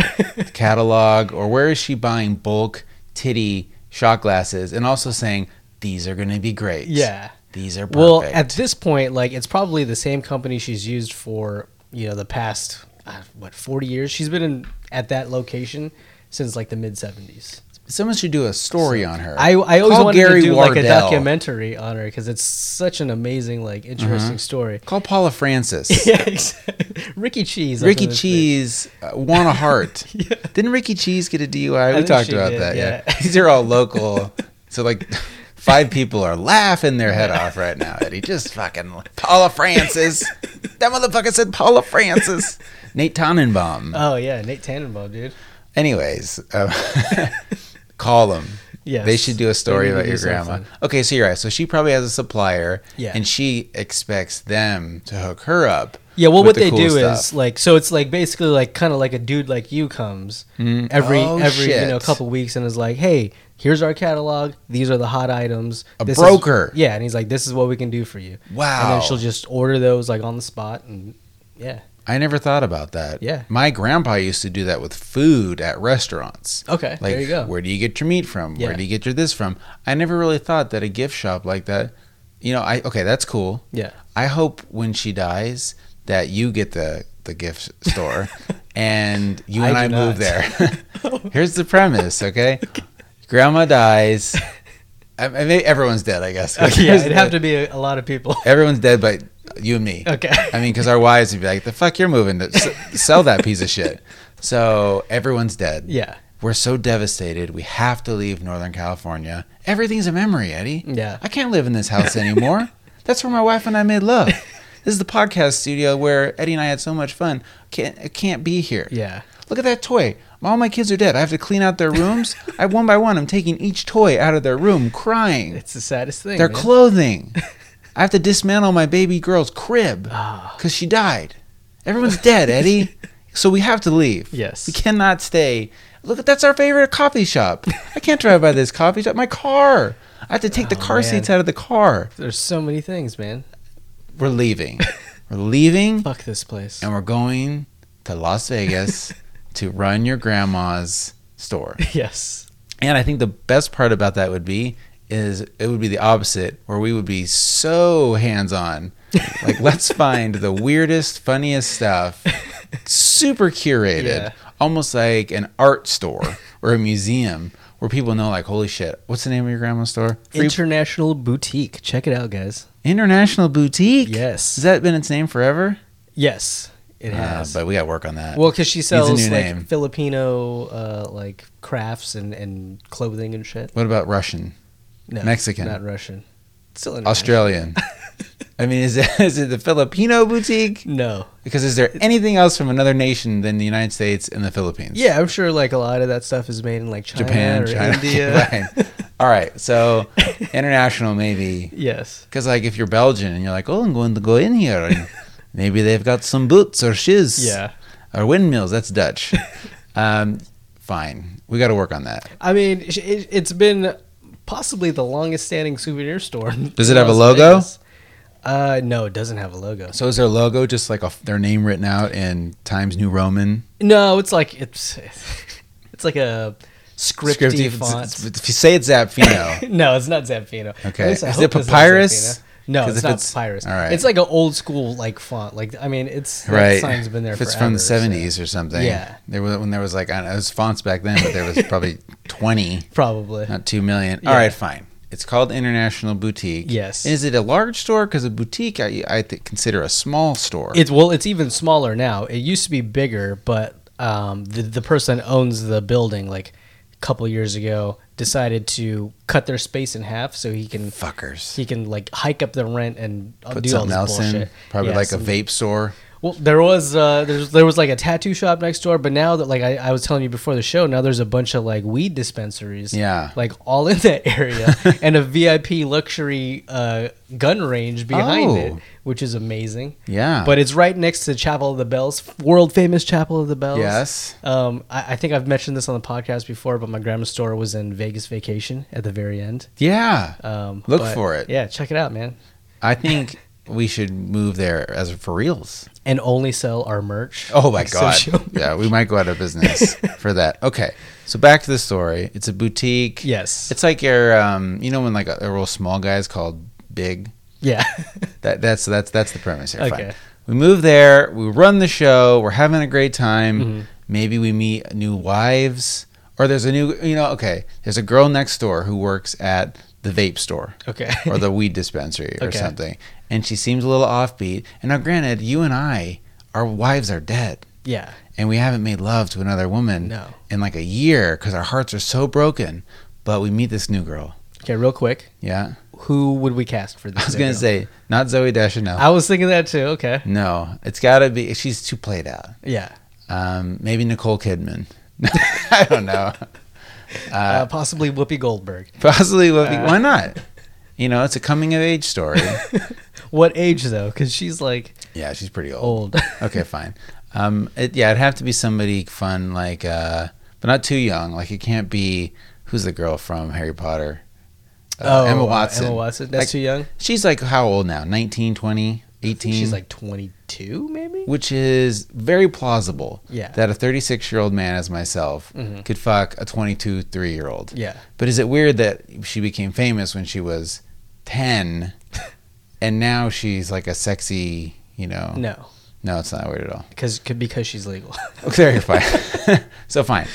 Speaker 1: catalog, or where is she buying bulk titty shot glasses, and also saying these are going to be great?
Speaker 2: Yeah.
Speaker 1: these are perfect.
Speaker 2: Well, at this point, like it's probably the same company she's used for you know the past uh, what forty years. She's been in at that location since like the mid seventies.
Speaker 1: Someone should do a story on her.
Speaker 2: I I always
Speaker 1: Call
Speaker 2: wanted
Speaker 1: Gary
Speaker 2: to do like a
Speaker 1: Wardell.
Speaker 2: documentary on her because it's such an amazing like interesting story. [LAUGHS]
Speaker 1: Call Paula Francis.
Speaker 2: Yeah, exactly. Ricky Cheese.
Speaker 1: Ricky
Speaker 2: that's what it is.
Speaker 1: Cheese uh, won a heart.
Speaker 2: [LAUGHS]
Speaker 1: Didn't Ricky Cheese get a DUI? we
Speaker 2: think
Speaker 1: talked
Speaker 2: she
Speaker 1: about
Speaker 2: did,
Speaker 1: that. Yeah.
Speaker 2: yeah.
Speaker 1: [LAUGHS] These are all
Speaker 2: [LAUGHS]
Speaker 1: local. so like five people are laughing their head off right now, Eddie. Just fucking Paula
Speaker 2: [LAUGHS]
Speaker 1: Francis. that motherfucker said Paula Francis. Nate Tannenbaum.
Speaker 2: Oh yeah, Nate Tannenbaum, dude.
Speaker 1: Anyways, um, [LAUGHS] call them.
Speaker 2: Yes.
Speaker 1: They should do a story
Speaker 2: They need
Speaker 1: about
Speaker 2: to
Speaker 1: your
Speaker 2: do
Speaker 1: grandma.
Speaker 2: something.
Speaker 1: Okay, so you're right. So she probably has a supplier,
Speaker 2: Yeah.
Speaker 1: and she expects them to hook her up.
Speaker 2: Yeah, well,
Speaker 1: with
Speaker 2: what
Speaker 1: the
Speaker 2: they
Speaker 1: cool
Speaker 2: do
Speaker 1: stuff.
Speaker 2: is like so. It's like basically like kind of like a dude like you comes every
Speaker 1: Oh,
Speaker 2: every you know
Speaker 1: shit.
Speaker 2: couple weeks and is like, hey, here's our catalog. These are the hot items.
Speaker 1: A
Speaker 2: This is-
Speaker 1: broker.
Speaker 2: yeah, and he's like, this is what we can do for you. And
Speaker 1: Wow.
Speaker 2: then she'll just order those like on the spot and yeah.
Speaker 1: I never thought about that.
Speaker 2: Yeah.
Speaker 1: My grandpa used to do that with food at restaurants.
Speaker 2: Okay,
Speaker 1: Like,
Speaker 2: there you go.
Speaker 1: where do you get your meat from?
Speaker 2: Yeah.
Speaker 1: Where do you get your this from? I never really thought that a gift shop like that, you know, I, okay, that's cool.
Speaker 2: [LAUGHS] Yeah.
Speaker 1: I hope when she dies that you get the, the gift
Speaker 2: [LAUGHS]
Speaker 1: store and you
Speaker 2: I
Speaker 1: and
Speaker 2: do
Speaker 1: I
Speaker 2: not.
Speaker 1: move there.
Speaker 2: [LAUGHS]
Speaker 1: [LAUGHS] Here's the premise, okay? Grandma dies. I, I mean, everyone's dead, I guess. [LAUGHS]
Speaker 2: Okay, yeah, it'd have to be a, a lot of people. [LAUGHS]
Speaker 1: Everyone's dead but you and me.
Speaker 2: Okay.
Speaker 1: I mean, because our wives would be like, the fuck you're moving to s- sell that piece of shit. So everyone's dead.
Speaker 2: [LAUGHS] Yeah.
Speaker 1: We're so devastated. We have to leave Northern California. Everything's a memory, Eddie.
Speaker 2: Yeah. [LAUGHS]
Speaker 1: I can't live in this house anymore. That's where my wife and I made love. This is the podcast studio where Eddie and I had so much fun. Can't it can't be here.
Speaker 2: Yeah.
Speaker 1: Look at that toy. All my kids are dead. I have to clean out their
Speaker 2: [LAUGHS]
Speaker 1: rooms. I one by one, I'm taking each toy out of their room, crying.
Speaker 2: It's the saddest thing.
Speaker 1: their
Speaker 2: man. [LAUGHS]
Speaker 1: clothing. I have to dismantle my baby girl's crib
Speaker 2: Ah.
Speaker 1: because she died. Everyone's dead,
Speaker 2: [LAUGHS]
Speaker 1: Eddie. So we have to leave.
Speaker 2: Yes.
Speaker 1: We cannot stay. Look, that's our favorite coffee shop. I can't drive by this coffee shop. My car. I have to take the
Speaker 2: Oh,
Speaker 1: car
Speaker 2: man.
Speaker 1: seats out of the car.
Speaker 2: There's so many things, man.
Speaker 1: We're
Speaker 2: [LAUGHS]
Speaker 1: leaving. We're leaving,
Speaker 2: Fuck this place. [LAUGHS]
Speaker 1: and we're going to Las Vegas to run your grandma's store.
Speaker 2: Yes.
Speaker 1: And I think the best part about that would be is it would be the opposite, where we would be so hands on. Like
Speaker 2: [LAUGHS]
Speaker 1: let's find the weirdest, funniest stuff, super curated,
Speaker 2: Yeah.
Speaker 1: almost like an art store or a museum where people know like, holy shit, what's the name of your grandma's store? Free
Speaker 2: International boutique. Check it out, guys.
Speaker 1: International Boutique.
Speaker 2: Yes.
Speaker 1: Has that been its name forever?
Speaker 2: Yes, it
Speaker 1: Uh,
Speaker 2: has.
Speaker 1: but we got to work on that.
Speaker 2: well, because she
Speaker 1: a new
Speaker 2: sells like
Speaker 1: name.
Speaker 2: Filipino uh, like crafts and, and clothing and shit.
Speaker 1: what about Russian?
Speaker 2: No,
Speaker 1: Mexican.
Speaker 2: not Russian. Still in [LAUGHS]
Speaker 1: Australian? I mean, is it, is it the Filipino boutique?
Speaker 2: No.
Speaker 1: Because is there anything else from another nation than the United States and the Philippines?
Speaker 2: Yeah, I'm sure like a lot of that stuff is made in like China
Speaker 1: Japan,
Speaker 2: or
Speaker 1: China, [LAUGHS]
Speaker 2: India. [LAUGHS]
Speaker 1: right. All right, so international maybe.
Speaker 2: yes.
Speaker 1: Because like if you're Belgian and you're like, oh, I'm going to go in here,
Speaker 2: [LAUGHS]
Speaker 1: and maybe they've got some boots or shoes,
Speaker 2: Yeah.
Speaker 1: or windmills. That's
Speaker 2: [LAUGHS]
Speaker 1: Dutch. um, fine, we got to work on that.
Speaker 2: I mean, it, it- it's been possibly the longest standing souvenir store. in
Speaker 1: Does it have a
Speaker 2: Las
Speaker 1: logo?
Speaker 2: Vegas. Uh, no, it doesn't have a logo.
Speaker 1: So is their logo just like a, their name written out in Times New Roman
Speaker 2: No, it's like it's [LAUGHS] it's like a scripty, font.
Speaker 1: If you say it's
Speaker 2: [LAUGHS]
Speaker 1: Zapfino,
Speaker 2: no, it's not Zamfino.
Speaker 1: Okay.
Speaker 2: At least I
Speaker 1: Is
Speaker 2: hope
Speaker 1: it
Speaker 2: it's not
Speaker 1: papyrus?
Speaker 2: Zamfino. No,
Speaker 1: 'Cause
Speaker 2: it's
Speaker 1: if
Speaker 2: not
Speaker 1: it's-
Speaker 2: papyrus.
Speaker 1: all right.
Speaker 2: It's like an old school like font. Like I mean, it's that
Speaker 1: right?
Speaker 2: sign's been there.
Speaker 1: If it's
Speaker 2: forever,
Speaker 1: from the
Speaker 2: so-
Speaker 1: seventies or something,
Speaker 2: Yeah.
Speaker 1: There was when there was like I don't know, it was fonts back then, but there was
Speaker 2: [LAUGHS]
Speaker 1: probably twenty,
Speaker 2: probably.
Speaker 1: not two million.
Speaker 2: Yeah.
Speaker 1: All right, fine. It's called International Boutique.
Speaker 2: Yes.
Speaker 1: Is it a large store? Because a boutique, I, I th- consider a small store.
Speaker 2: It's well, it's even smaller now. It used to be bigger, but um, the the person owns the building like a couple years ago decided to cut their space in half so he can
Speaker 1: Fuckers.
Speaker 2: he can like hike up the rent and
Speaker 1: Put
Speaker 2: do all
Speaker 1: something
Speaker 2: this
Speaker 1: else
Speaker 2: bullshit.
Speaker 1: in. Probably
Speaker 2: Yeah,
Speaker 1: like
Speaker 2: some-
Speaker 1: a vape store.
Speaker 2: Well, there was uh, there's there was like a tattoo shop next door, but now that like I, I was telling you before the show, now there's a bunch of like weed dispensaries,
Speaker 1: Yeah.
Speaker 2: like all in
Speaker 1: [LAUGHS]
Speaker 2: that area, and a VIP luxury uh, gun range behind it,
Speaker 1: Oh.
Speaker 2: which is amazing.
Speaker 1: Yeah.
Speaker 2: But it's right next to Chapel of the Bells, world famous Chapel of the Bells.
Speaker 1: Yes.
Speaker 2: Um, I, I think I've mentioned this on the podcast before, but my grandma's store was in Vegas Vacation at the very end.
Speaker 1: yeah.
Speaker 2: Um,
Speaker 1: Look
Speaker 2: but
Speaker 1: for it.
Speaker 2: Yeah, check it out, man.
Speaker 1: I think [LAUGHS] we should move there as for reals.
Speaker 2: [LAUGHS] And only sell our merch.
Speaker 1: Oh my
Speaker 2: Like,
Speaker 1: god!
Speaker 2: [LAUGHS] social-
Speaker 1: Yeah, we might go out
Speaker 2: [LAUGHS]
Speaker 1: of business for that. Okay, so back to the story. It's a boutique.
Speaker 2: Yes.
Speaker 1: it's like your, um, you know, when like a, a real small guy is called big.
Speaker 2: yeah. [LAUGHS]
Speaker 1: That that's that's that's the premise here.
Speaker 2: Okay.
Speaker 1: Fine. We move there. We run the show. We're having a great time.
Speaker 2: Mm-hmm.
Speaker 1: Maybe we meet new wives, or there's a new, you know, okay. There's a girl next door who works at the vape store.
Speaker 2: Okay.
Speaker 1: or
Speaker 2: [LAUGHS]
Speaker 1: the weed dispensary or
Speaker 2: Okay.
Speaker 1: something, and she seems a little offbeat. And now, granted, you and I, our wives are dead.
Speaker 2: Yeah.
Speaker 1: and we haven't made love to another woman
Speaker 2: No.
Speaker 1: in like a year because our hearts are so broken. But we meet this new girl.
Speaker 2: Okay, real quick.
Speaker 1: Yeah,
Speaker 2: Who would we cast for this?
Speaker 1: I was gonna say not Zoe Deschanel.
Speaker 2: I was thinking that too. Okay.
Speaker 1: no, it's gotta be. She's too played out.
Speaker 2: Yeah.
Speaker 1: Um, maybe Nicole Kidman. [LAUGHS] I don't know.
Speaker 2: Uh, possibly Whoopi Goldberg.
Speaker 1: Possibly. Would be, why not? You know, it's a coming of age [LAUGHS] story.
Speaker 2: What age though? Because she's like
Speaker 1: yeah, she's pretty old.
Speaker 2: [LAUGHS] old.
Speaker 1: okay, fine. Um, it, yeah, it'd have to be somebody fun, like, uh, but not too young. Like, it can't be who's the girl from Harry Potter? Uh,
Speaker 2: Oh,
Speaker 1: Emma
Speaker 2: uh,
Speaker 1: Watson.
Speaker 2: Emma Watson. That's
Speaker 1: Like, mm.
Speaker 2: too young.
Speaker 1: She's like how old now? 19, 20, 18?
Speaker 2: She's like 22, maybe.
Speaker 1: which is very plausible.
Speaker 2: Yeah. Mm-hmm.
Speaker 1: That a 36 year old man as myself could fuck a 22, 3 year old.
Speaker 2: Yeah.
Speaker 1: But is it weird that she became famous when she was
Speaker 2: [LAUGHS]
Speaker 1: 10 and now she's like a sexy, you know?
Speaker 2: No,
Speaker 1: No, it's not weird at all. [LAUGHS]
Speaker 2: because because she's legal. [LAUGHS]
Speaker 1: Okay, you're fine. [LAUGHS] so fine,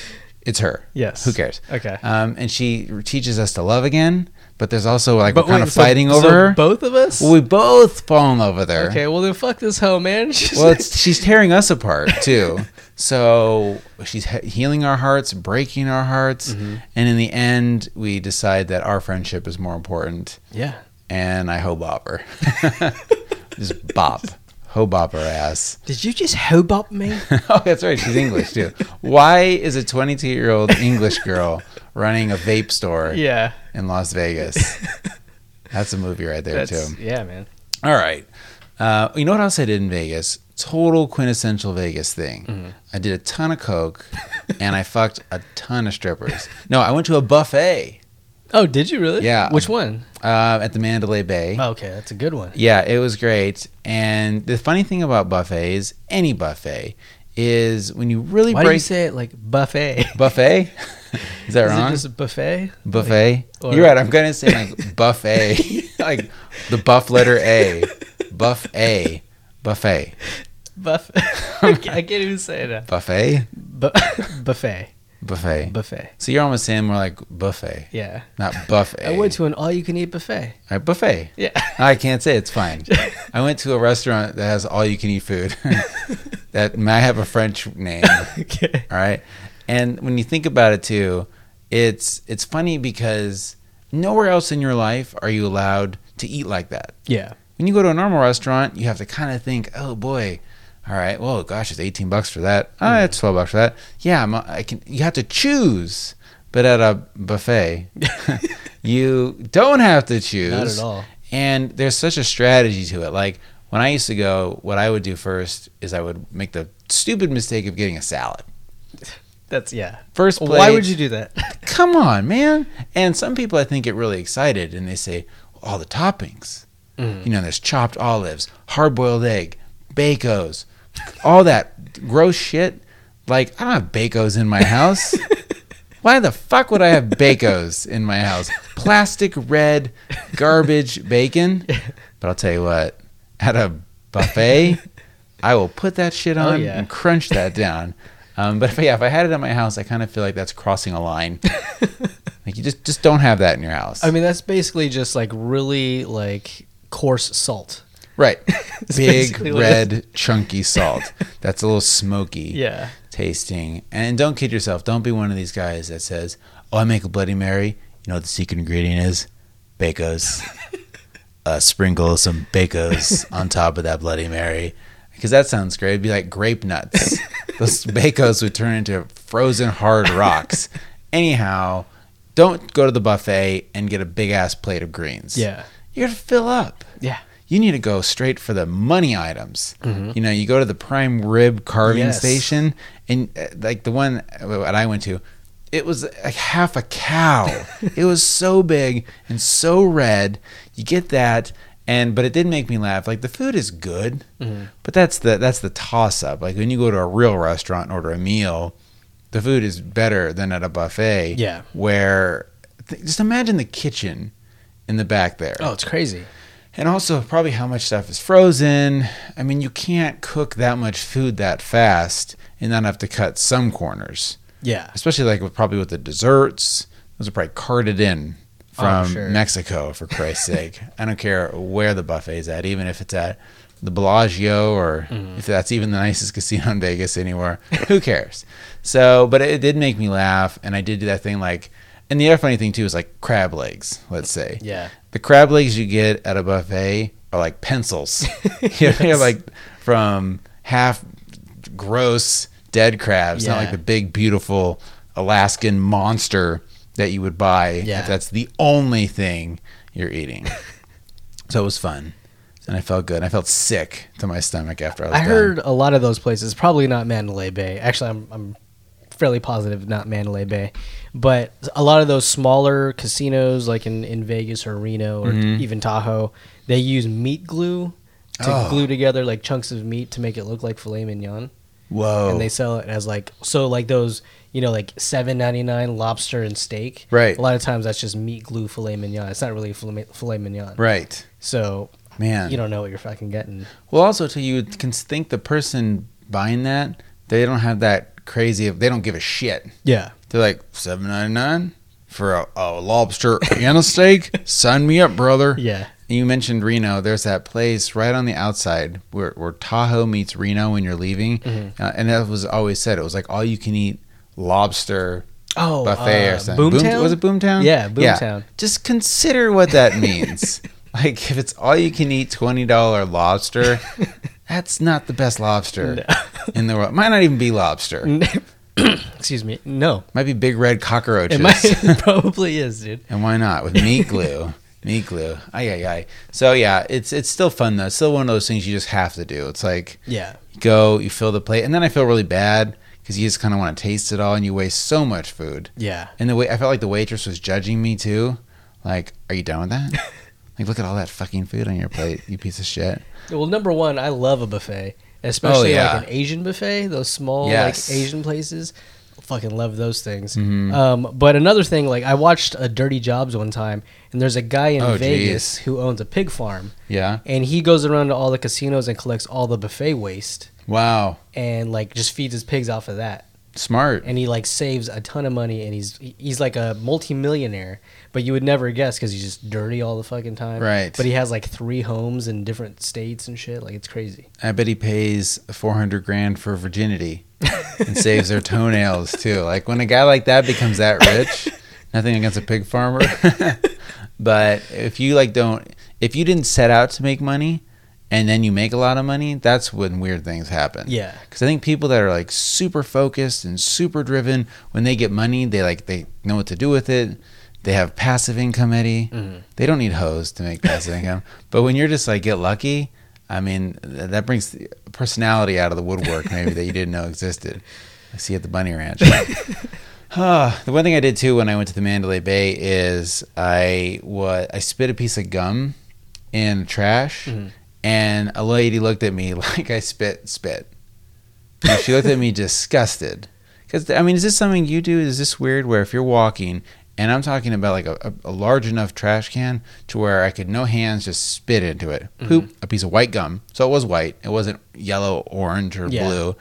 Speaker 1: it's her.
Speaker 2: Yes.
Speaker 1: Who cares?
Speaker 2: Okay.
Speaker 1: Um, and she teaches us to love again, but there's also like we're kind
Speaker 2: wait,
Speaker 1: of
Speaker 2: so-
Speaker 1: fighting over
Speaker 2: so
Speaker 1: her.
Speaker 2: Both of us.
Speaker 1: Well, we both fall in love with her.
Speaker 2: okay. Well then, fuck this hoe, man. [LAUGHS] She's
Speaker 1: Well, it's, she's tearing us
Speaker 2: [LAUGHS]
Speaker 1: apart too. So she's he- healing our hearts, breaking our hearts,
Speaker 2: Mm-hmm.
Speaker 1: and in the end, we decide that our friendship is more important.
Speaker 2: yeah.
Speaker 1: And I hope her. [LAUGHS] Just bop. Ho bop her ass. [LAUGHS]
Speaker 2: Did you just hobop me? [LAUGHS]
Speaker 1: oh, that's right. She's English too. Why is a 22 year old English girl running a vape store
Speaker 2: yeah.
Speaker 1: in Las Vegas? That's a movie right there
Speaker 2: That's,
Speaker 1: too.
Speaker 2: yeah, man.
Speaker 1: All right. Uh, you know what else I did in Vegas? Total quintessential Vegas thing.
Speaker 2: Mm-hmm.
Speaker 1: I did a ton of coke, [LAUGHS] and I fucked a ton of strippers. No, I went to a buffet
Speaker 2: Oh, did you really?
Speaker 1: Yeah.
Speaker 2: Which one?
Speaker 1: uh, at the Mandalay Bay.
Speaker 2: Oh, okay, that's a good one.
Speaker 1: Yeah, it was great. And the funny thing about buffets, any buffet, is when you really
Speaker 2: Why do you
Speaker 1: break
Speaker 2: say it like buffet?
Speaker 1: [LAUGHS] buffet. [LAUGHS] is that
Speaker 2: Is
Speaker 1: wrong?
Speaker 2: it just a [LAUGHS] buffet?
Speaker 1: buffet.
Speaker 2: or-
Speaker 1: You're right. I'm gonna say
Speaker 2: [LAUGHS]
Speaker 1: like buffet, [LAUGHS] like the buff letter A, buff A, buffet,
Speaker 2: Buffet. [LAUGHS] I can't even say that.
Speaker 1: buffet,
Speaker 2: Bu- [LAUGHS] buffet.
Speaker 1: buffet.
Speaker 2: Buffet.
Speaker 1: So you're almost saying more like buffet,
Speaker 2: Yeah. [LAUGHS]
Speaker 1: not buffet.
Speaker 2: I went to an all-you-can-eat buffet.
Speaker 1: All right, buffet.
Speaker 2: Yeah. [LAUGHS]
Speaker 1: I can't say it's fine. I went to a restaurant that has all you can eat food [LAUGHS] that might have a French name.
Speaker 2: okay.
Speaker 1: All right. And when you think about it too, it's it's funny because nowhere else in your life are you allowed to eat like that.
Speaker 2: [LAUGHS] Yeah.
Speaker 1: When you go to a normal restaurant, you have to kind of think, oh boy, all right, well, gosh, it's 18 bucks for that. Ah,
Speaker 2: Hmm.
Speaker 1: it's 12 bucks for that. Yeah, I'm, I can. You have to choose. But at a buffet, you don't have to choose.
Speaker 2: Not at all.
Speaker 1: And there's such a strategy to it. Like when I used to go, what I would do first is I would make the stupid mistake of getting a salad.
Speaker 2: That's yeah.
Speaker 1: First plate.
Speaker 2: Why would you do that?
Speaker 1: Come on, man. And some people I think get really excited and they say all the toppings.
Speaker 2: Mm.
Speaker 1: You know, there's chopped olives, hard-boiled egg, bacos, all that gross shit. Like I don't have bacos in my house. Why the fuck would I have bacos in my house? Plastic red garbage bacon. But I'll tell you what, at a buffet, I will put that shit
Speaker 2: Oh,
Speaker 1: on
Speaker 2: yeah.
Speaker 1: and crunch that down. Um, but if, yeah, if I had it at my house, I kind of feel like that's crossing a
Speaker 2: [LAUGHS]
Speaker 1: line. like you just just don't have that in your house,
Speaker 2: [LAUGHS] I mean, that's basically just like really like coarse salt. [LAUGHS]
Speaker 1: right? Big
Speaker 2: basically what it
Speaker 1: red chunky salt. That's a little smoky.
Speaker 2: Yeah.
Speaker 1: tasting. And don't kid yourself. Don't be one of these guys that says, "Oh, I make a Bloody Mary." You know what the secret ingredient is? Bacos. uh, sprinkle some bacos on top of that Bloody Mary, because that sounds great. It'd be like grape nuts. Those bacos would turn into frozen hard rocks. Anyhow, don't go to the buffet and get a big ass plate of greens.
Speaker 2: Yeah.
Speaker 1: you're gonna fill up
Speaker 2: Yeah.
Speaker 1: you need to go straight for the money items. You know, you go to the prime rib carving
Speaker 2: Mm-hmm. Yes.
Speaker 1: station, and uh, like the one that I went to, it was like half a cow.
Speaker 2: [LAUGHS]
Speaker 1: it was so big and so red. You get that, and but it did make me laugh. Like the food is good,
Speaker 2: Mm-hmm.
Speaker 1: but that's the that's the toss up. Like when you go to a real restaurant and order a meal, the food is better than at a buffet.
Speaker 2: Yeah.
Speaker 1: where th- just imagine the kitchen in the back there.
Speaker 2: Oh, it's crazy.
Speaker 1: And also, probably how much stuff is frozen. I mean, you can't cook that much food that fast and not have to cut some corners,
Speaker 2: Yeah.
Speaker 1: especially like with probably with the desserts. Those are probably carted in from
Speaker 2: Oh, sure.
Speaker 1: Mexico, for Christ's
Speaker 2: [LAUGHS]
Speaker 1: sake. I don't care where the buffet's at, even if it's at the Bellagio or
Speaker 2: Mm-hmm.
Speaker 1: if that's even the nicest casino in Vegas anywhere. Who cares? So, but it did make me laugh. And I did do that thing like, and the other funny thing too is like crab legs, let's say
Speaker 2: Yeah.
Speaker 1: the crab legs you get at a buffet are like
Speaker 2: [LAUGHS]
Speaker 1: pencils. You know, They're
Speaker 2: Yes.
Speaker 1: like from half gross dead crabs, not
Speaker 2: Yeah.
Speaker 1: like the big, beautiful Alaskan monster that you would buy
Speaker 2: Yeah.
Speaker 1: if that's the only thing you're
Speaker 2: [LAUGHS]
Speaker 1: eating. so it was fun. And I felt good. I felt sick to my stomach after I was
Speaker 2: I
Speaker 1: done.
Speaker 2: heard a lot of those places, probably not Mandalay Bay. Actually, I'm, I'm fairly positive not Mandalay Bay. But a lot of those smaller casinos, like in, in Vegas or Reno or
Speaker 1: Mm-hmm.
Speaker 2: even Tahoe, they use meat glue to
Speaker 1: Oh.
Speaker 2: glue together like chunks of meat to make it look like filet mignon.
Speaker 1: Whoa.
Speaker 2: And they sell it as like, so like those, you know, like seven ninety nine lobster and steak.
Speaker 1: Right.
Speaker 2: A lot of times that's just meat glue filet mignon. It's not really filet, filet mignon.
Speaker 1: right.
Speaker 2: So
Speaker 1: Man.
Speaker 2: you don't know what you're fucking getting.
Speaker 1: Well, also too, you can think the person buying that they don't have that crazy. They don't give a shit.
Speaker 2: Yeah.
Speaker 1: They're like seven ninety nine for a, a lobster and a
Speaker 2: [LAUGHS]
Speaker 1: steak. Sign me up, brother.
Speaker 2: Yeah.
Speaker 1: You mentioned Reno. There's that place right on the outside where, where Tahoe meets Reno when you're leaving,
Speaker 2: Mm-hmm.
Speaker 1: uh, and that was always said. It was like all you can eat lobster
Speaker 2: Oh,
Speaker 1: buffet
Speaker 2: uh,
Speaker 1: or something. Boom-
Speaker 2: Boomtown?
Speaker 1: was it Boomtown?
Speaker 2: Yeah, Boomtown. [LAUGHS]
Speaker 1: Just consider what that means. Like if it's all you can eat twenty dollar
Speaker 2: [LAUGHS]
Speaker 1: lobster, that's not the best lobster in the world. Might not even be lobster.
Speaker 2: Mm. Excuse me. No,
Speaker 1: Might be big red cockroaches.
Speaker 2: it, might, [LAUGHS] it probably is, dude.
Speaker 1: And why not with meat glue? meat glue. Ay ay ay. So yeah, it's it's still fun though. It's still one of those things you just have to do. It's like
Speaker 2: Yeah,
Speaker 1: you go, you fill the plate, and then I feel really bad because you just kind of want to taste it all, and you waste so much food.
Speaker 2: yeah.
Speaker 1: And the way I felt like the waitress was judging me too. Like, are you done with that? like, look at all that fucking food on your plate, you piece of shit.
Speaker 2: Well, number one, I love a buffet, especially
Speaker 1: Oh, yeah.
Speaker 2: like an Asian buffet. Those small
Speaker 1: Yes. Mm-hmm.
Speaker 2: like Asian places, fucking love those things. Um, but another thing, like I watched a Dirty Jobs one time, and there's a guy in
Speaker 1: Oh,
Speaker 2: Vegas
Speaker 1: jeez.
Speaker 2: who owns a pig farm,
Speaker 1: Yeah.
Speaker 2: and he goes around to all the casinos and collects all the buffet waste,
Speaker 1: Wow.
Speaker 2: and like just feeds his pigs off of that.
Speaker 1: Smart.
Speaker 2: And he like saves a ton of money, and he's he's like a multimillionaire, but you would never guess because he's just dirty all the fucking time.
Speaker 1: Right.
Speaker 2: But he has like three homes in different states and shit. Like it's crazy.
Speaker 1: I bet he pays four hundred grand for virginity and saves their toenails too. Like when a guy like that becomes that rich, nothing against a pig farmer. [LAUGHS] but if you like don't if you didn't set out to make money and then you make a lot of money, that's when weird things happen.
Speaker 2: Yeah.
Speaker 1: Cuz I think people that are like super focused and super driven when they get money, they like they know what to do with it. They have passive income, Eddie. They don't need hoes to make passive income. But when you're just like get lucky, I mean, th- that brings the personality out of the woodwork, maybe that you didn't know existed. I see you at the Bunny Ranch. Ah, the one thing I did too when I went to the Mandalay Bay is I wa I spit a piece of gum in trash, and a lady looked at me [LAUGHS] like I spit spit. And she looked at me [LAUGHS] disgusted. Because I mean, is this something you do? Is this weird? Where if you're walking, and I'm talking about like a, a, a large enough trash can to where I could no hands just spit into it, poop a piece of white gum. So it was white. It wasn't yellow, orange, or
Speaker 2: Yeah.
Speaker 1: blue.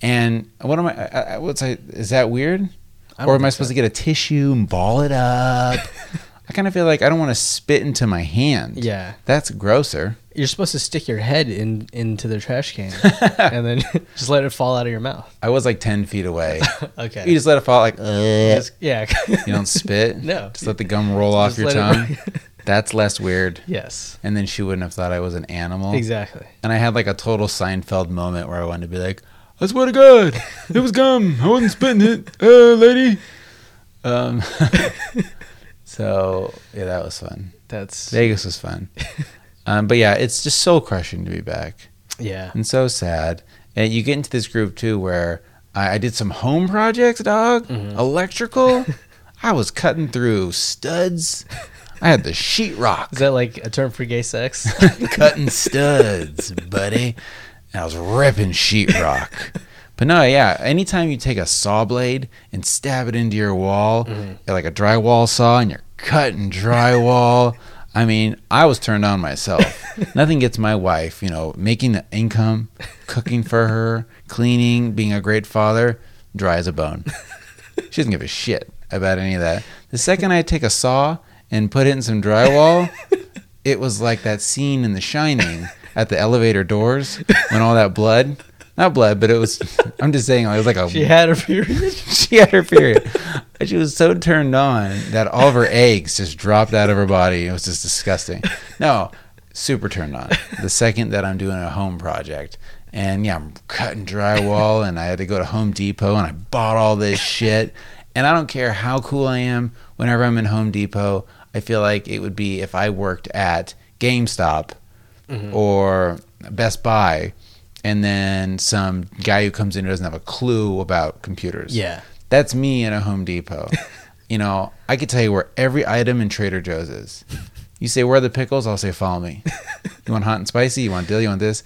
Speaker 1: And what am I? I, I what's I? Is that weird?
Speaker 2: I don't
Speaker 1: Or am I
Speaker 2: think
Speaker 1: supposed to get a tissue and ball it
Speaker 2: [LAUGHS]
Speaker 1: up? I kind of feel like I don't want to spit into my hand.
Speaker 2: Yeah,
Speaker 1: That's grosser.
Speaker 2: you're supposed to stick your head in into the trash can and then [LAUGHS] just let it fall out of your mouth.
Speaker 1: I was like 10 feet
Speaker 2: [LAUGHS]
Speaker 1: away.
Speaker 2: Okay.
Speaker 1: you [LAUGHS] just let it fall,
Speaker 2: [LAUGHS]
Speaker 1: like, "Ugh."
Speaker 2: Just- yeah.
Speaker 1: you don't spit.
Speaker 2: No.
Speaker 1: Just let the gum
Speaker 2: [LAUGHS]
Speaker 1: roll off
Speaker 2: Just
Speaker 1: your
Speaker 2: let it
Speaker 1: tongue.
Speaker 2: roll-
Speaker 1: That's less weird.
Speaker 2: [LAUGHS] yes.
Speaker 1: And then she wouldn't have thought I was an animal.
Speaker 2: Exactly.
Speaker 1: And I had like a total Seinfeld moment where I wanted to be like, I swear to God, it was gum. I wasn't spitting it, uh, lady.
Speaker 2: [LAUGHS]
Speaker 1: Um, [LAUGHS] so, yeah, that was fun.
Speaker 2: That's
Speaker 1: Vegas was fun. um, but yeah, it's just soul crushing to be back
Speaker 2: yeah.
Speaker 1: and so sad. And you get into this group too where I, I did some home projects, dog, electrical. I was cutting through studs. I had the sheetrock
Speaker 2: Is that like a term for gay sex?
Speaker 1: [LAUGHS] cutting studs, buddy. And I was ripping sheetrock. But no, yeah, anytime you take a saw blade and stab it into your wall, like a drywall saw, and you're cutting drywall, I mean, I was turned on myself. Nothing gets my wife, you know, making the income, cooking for her, cleaning, being a great father, dry as a bone. She doesn't give a shit about any of that. The second I take a saw and put it in some drywall, it was like that scene in The Shining at the elevator doors when all that blood, not blood, but it was, [LAUGHS] I'm just saying, it was like a,
Speaker 2: [LAUGHS] she had a
Speaker 1: [LAUGHS]
Speaker 2: period.
Speaker 1: she had her period. And she was so turned on that all of her eggs just dropped out of her body. It was just disgusting. No, super turned on. The second that I'm doing a home project. And yeah, I'm cutting drywall and I had to go to Home Depot and I bought all this shit. And I don't care how cool I am, whenever I'm in Home Depot, I feel like it would be if I worked at GameStop or Best Buy and then some guy who comes in who doesn't have a clue about computers.
Speaker 2: Yeah.
Speaker 1: That's me in a Home
Speaker 2: [LAUGHS]
Speaker 1: Depot. you know, I could tell you where every item in Trader Joe's is. You say, where are the pickles? I'll say, follow
Speaker 2: [LAUGHS]
Speaker 1: me. You want hot and spicy? You want dill? You want this?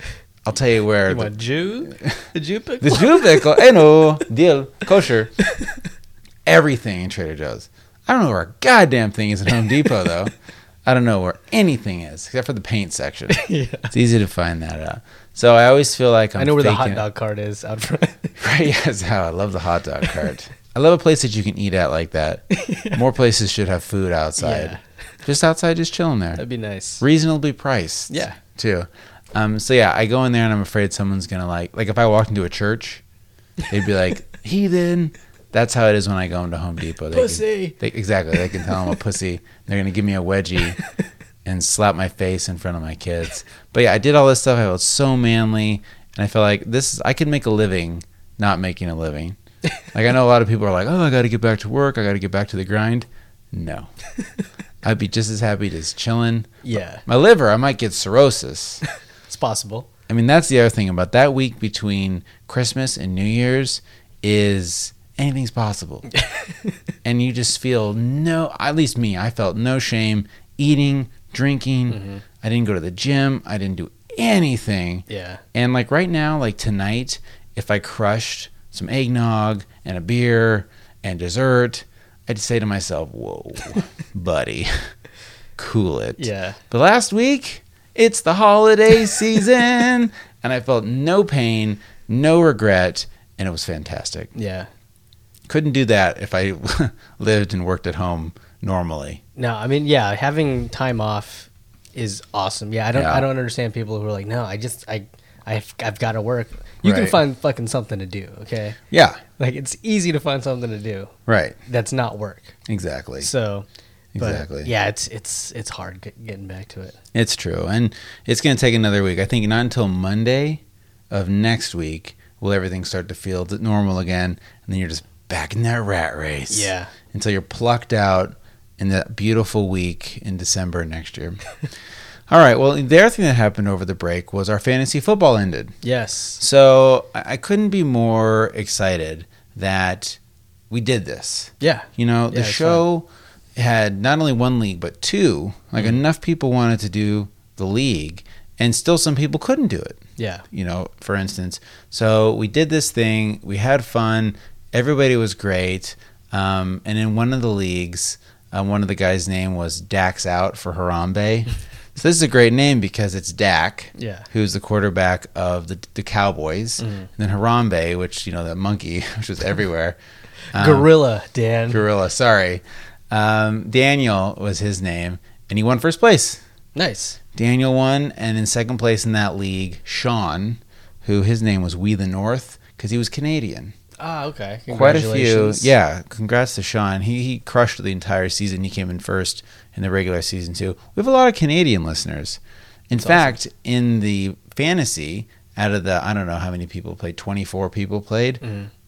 Speaker 1: I'll tell you where.
Speaker 2: You
Speaker 1: the-
Speaker 2: want Jew? The Jew
Speaker 1: [LAUGHS]
Speaker 2: pickle?
Speaker 1: the Jew pickle, I know, deal, kosher. Everything in Trader Joe's. I don't know where a goddamn thing is in Home Depot,
Speaker 2: [LAUGHS]
Speaker 1: though. I don't know where anything is, except for the paint section.
Speaker 2: [LAUGHS] Yeah.
Speaker 1: It's easy to find that out. So I always feel like I'm
Speaker 2: I know where the hot
Speaker 1: faking-
Speaker 2: dog cart is out front. [LAUGHS]
Speaker 1: [LAUGHS] Right, yes. How I love the hot dog cart. I love a place that you can eat at like
Speaker 2: [LAUGHS]
Speaker 1: that. More places should have food outside.
Speaker 2: Yeah.
Speaker 1: Just outside, just chilling there
Speaker 2: That'd be nice.
Speaker 1: reasonably priced.
Speaker 2: Yeah.
Speaker 1: Too. Um, so yeah, I go in there and I'm afraid someone's gonna like like if I walked into a church, they'd be like
Speaker 2: [LAUGHS]
Speaker 1: heathen. That's how it is when I go into Home Depot. They
Speaker 2: Pussy.
Speaker 1: Can,
Speaker 2: [LAUGHS]
Speaker 1: they, exactly. They can tell I'm a pussy. They're gonna give me a wedgie, and and slap my face in front of my kids. but yeah, I did all this stuff. I felt so manly, and I felt like this is I could make a living not making a
Speaker 2: [LAUGHS]
Speaker 1: living. like I know a lot of people are like, "Oh, I got to get back to work. I got to get back to the grind."
Speaker 2: [LAUGHS]
Speaker 1: No. I'd be just as happy just chilling.
Speaker 2: Yeah,
Speaker 1: My liver, I might get cirrhosis. [LAUGHS]
Speaker 2: it's possible.
Speaker 1: I mean, that's the other thing about that week between Christmas and New Year's is anything's possible. and you just feel no, at least me, I felt no shame eating, drinking. I didn't go to the gym. I didn't do anything.
Speaker 2: Yeah,
Speaker 1: And like right now, like tonight, if I crushed some eggnog and a beer and dessert, I'd say to myself, whoa, buddy, cool it.
Speaker 2: yeah,
Speaker 1: But last week, it's the holiday [LAUGHS] season, and I felt no pain, no regret, and it was fantastic.
Speaker 2: yeah.
Speaker 1: Couldn't do that if I [LAUGHS] lived and worked at home normally.
Speaker 2: No, I mean, yeah, having time off is awesome. Yeah, I don't,
Speaker 1: Yeah.
Speaker 2: I don't understand people who are like, no, I just, I, I've, I've got to work. You can
Speaker 1: Right.
Speaker 2: find fucking something to do. Okay,
Speaker 1: Yeah,
Speaker 2: like it's easy to find something to do
Speaker 1: right.
Speaker 2: that's not work.
Speaker 1: Exactly.
Speaker 2: So, but
Speaker 1: Exactly.
Speaker 2: yeah, it's it's it's hard get- getting back to it.
Speaker 1: It's true. And it's going to take another week. I think not until Monday of next week will everything start to feel th- normal again. And then you're just back in that rat race.
Speaker 2: Yeah.
Speaker 1: Until you're plucked out in that beautiful week in December next
Speaker 2: [LAUGHS]
Speaker 1: year. All right. Well, the other thing that happened over the break was our fantasy football ended.
Speaker 2: Yes.
Speaker 1: So I I couldn't be more excited that we did this.
Speaker 2: Yeah.
Speaker 1: You know, the
Speaker 2: Yeah, it's
Speaker 1: show had not only one league but two. Like
Speaker 2: Mm-hmm.
Speaker 1: enough people wanted to do the league, and still some people couldn't do it.
Speaker 2: Yeah.
Speaker 1: You know, for instance, so we did this thing. We had fun. Everybody was great. Um, and in one of the leagues, uh, one of the guys' name was Dax out for
Speaker 2: [LAUGHS]
Speaker 1: Harambe. so this is a great name because it's Dak
Speaker 2: Yeah. Mm-hmm.
Speaker 1: who's the quarterback of the the Cowboys, and then Harambe, which you know that monkey, [LAUGHS] which was
Speaker 2: [LAUGHS]
Speaker 1: everywhere. Um,
Speaker 2: Gorilla Dan.
Speaker 1: Gorilla, sorry. Um, Daniel was his name, and he won first place.
Speaker 2: nice.
Speaker 1: Daniel won, and in second place in that league, Sean, who his name was We the North, because he was Canadian.
Speaker 2: Ah, okay.
Speaker 1: Quite a few.
Speaker 2: Congratulations.
Speaker 1: Yeah, congrats to Sean. He, he crushed the entire season. He came in first in the regular season, too. We have a lot of Canadian listeners. In fact, in the fantasy, out of the, I don't know how many people played, 24 people played,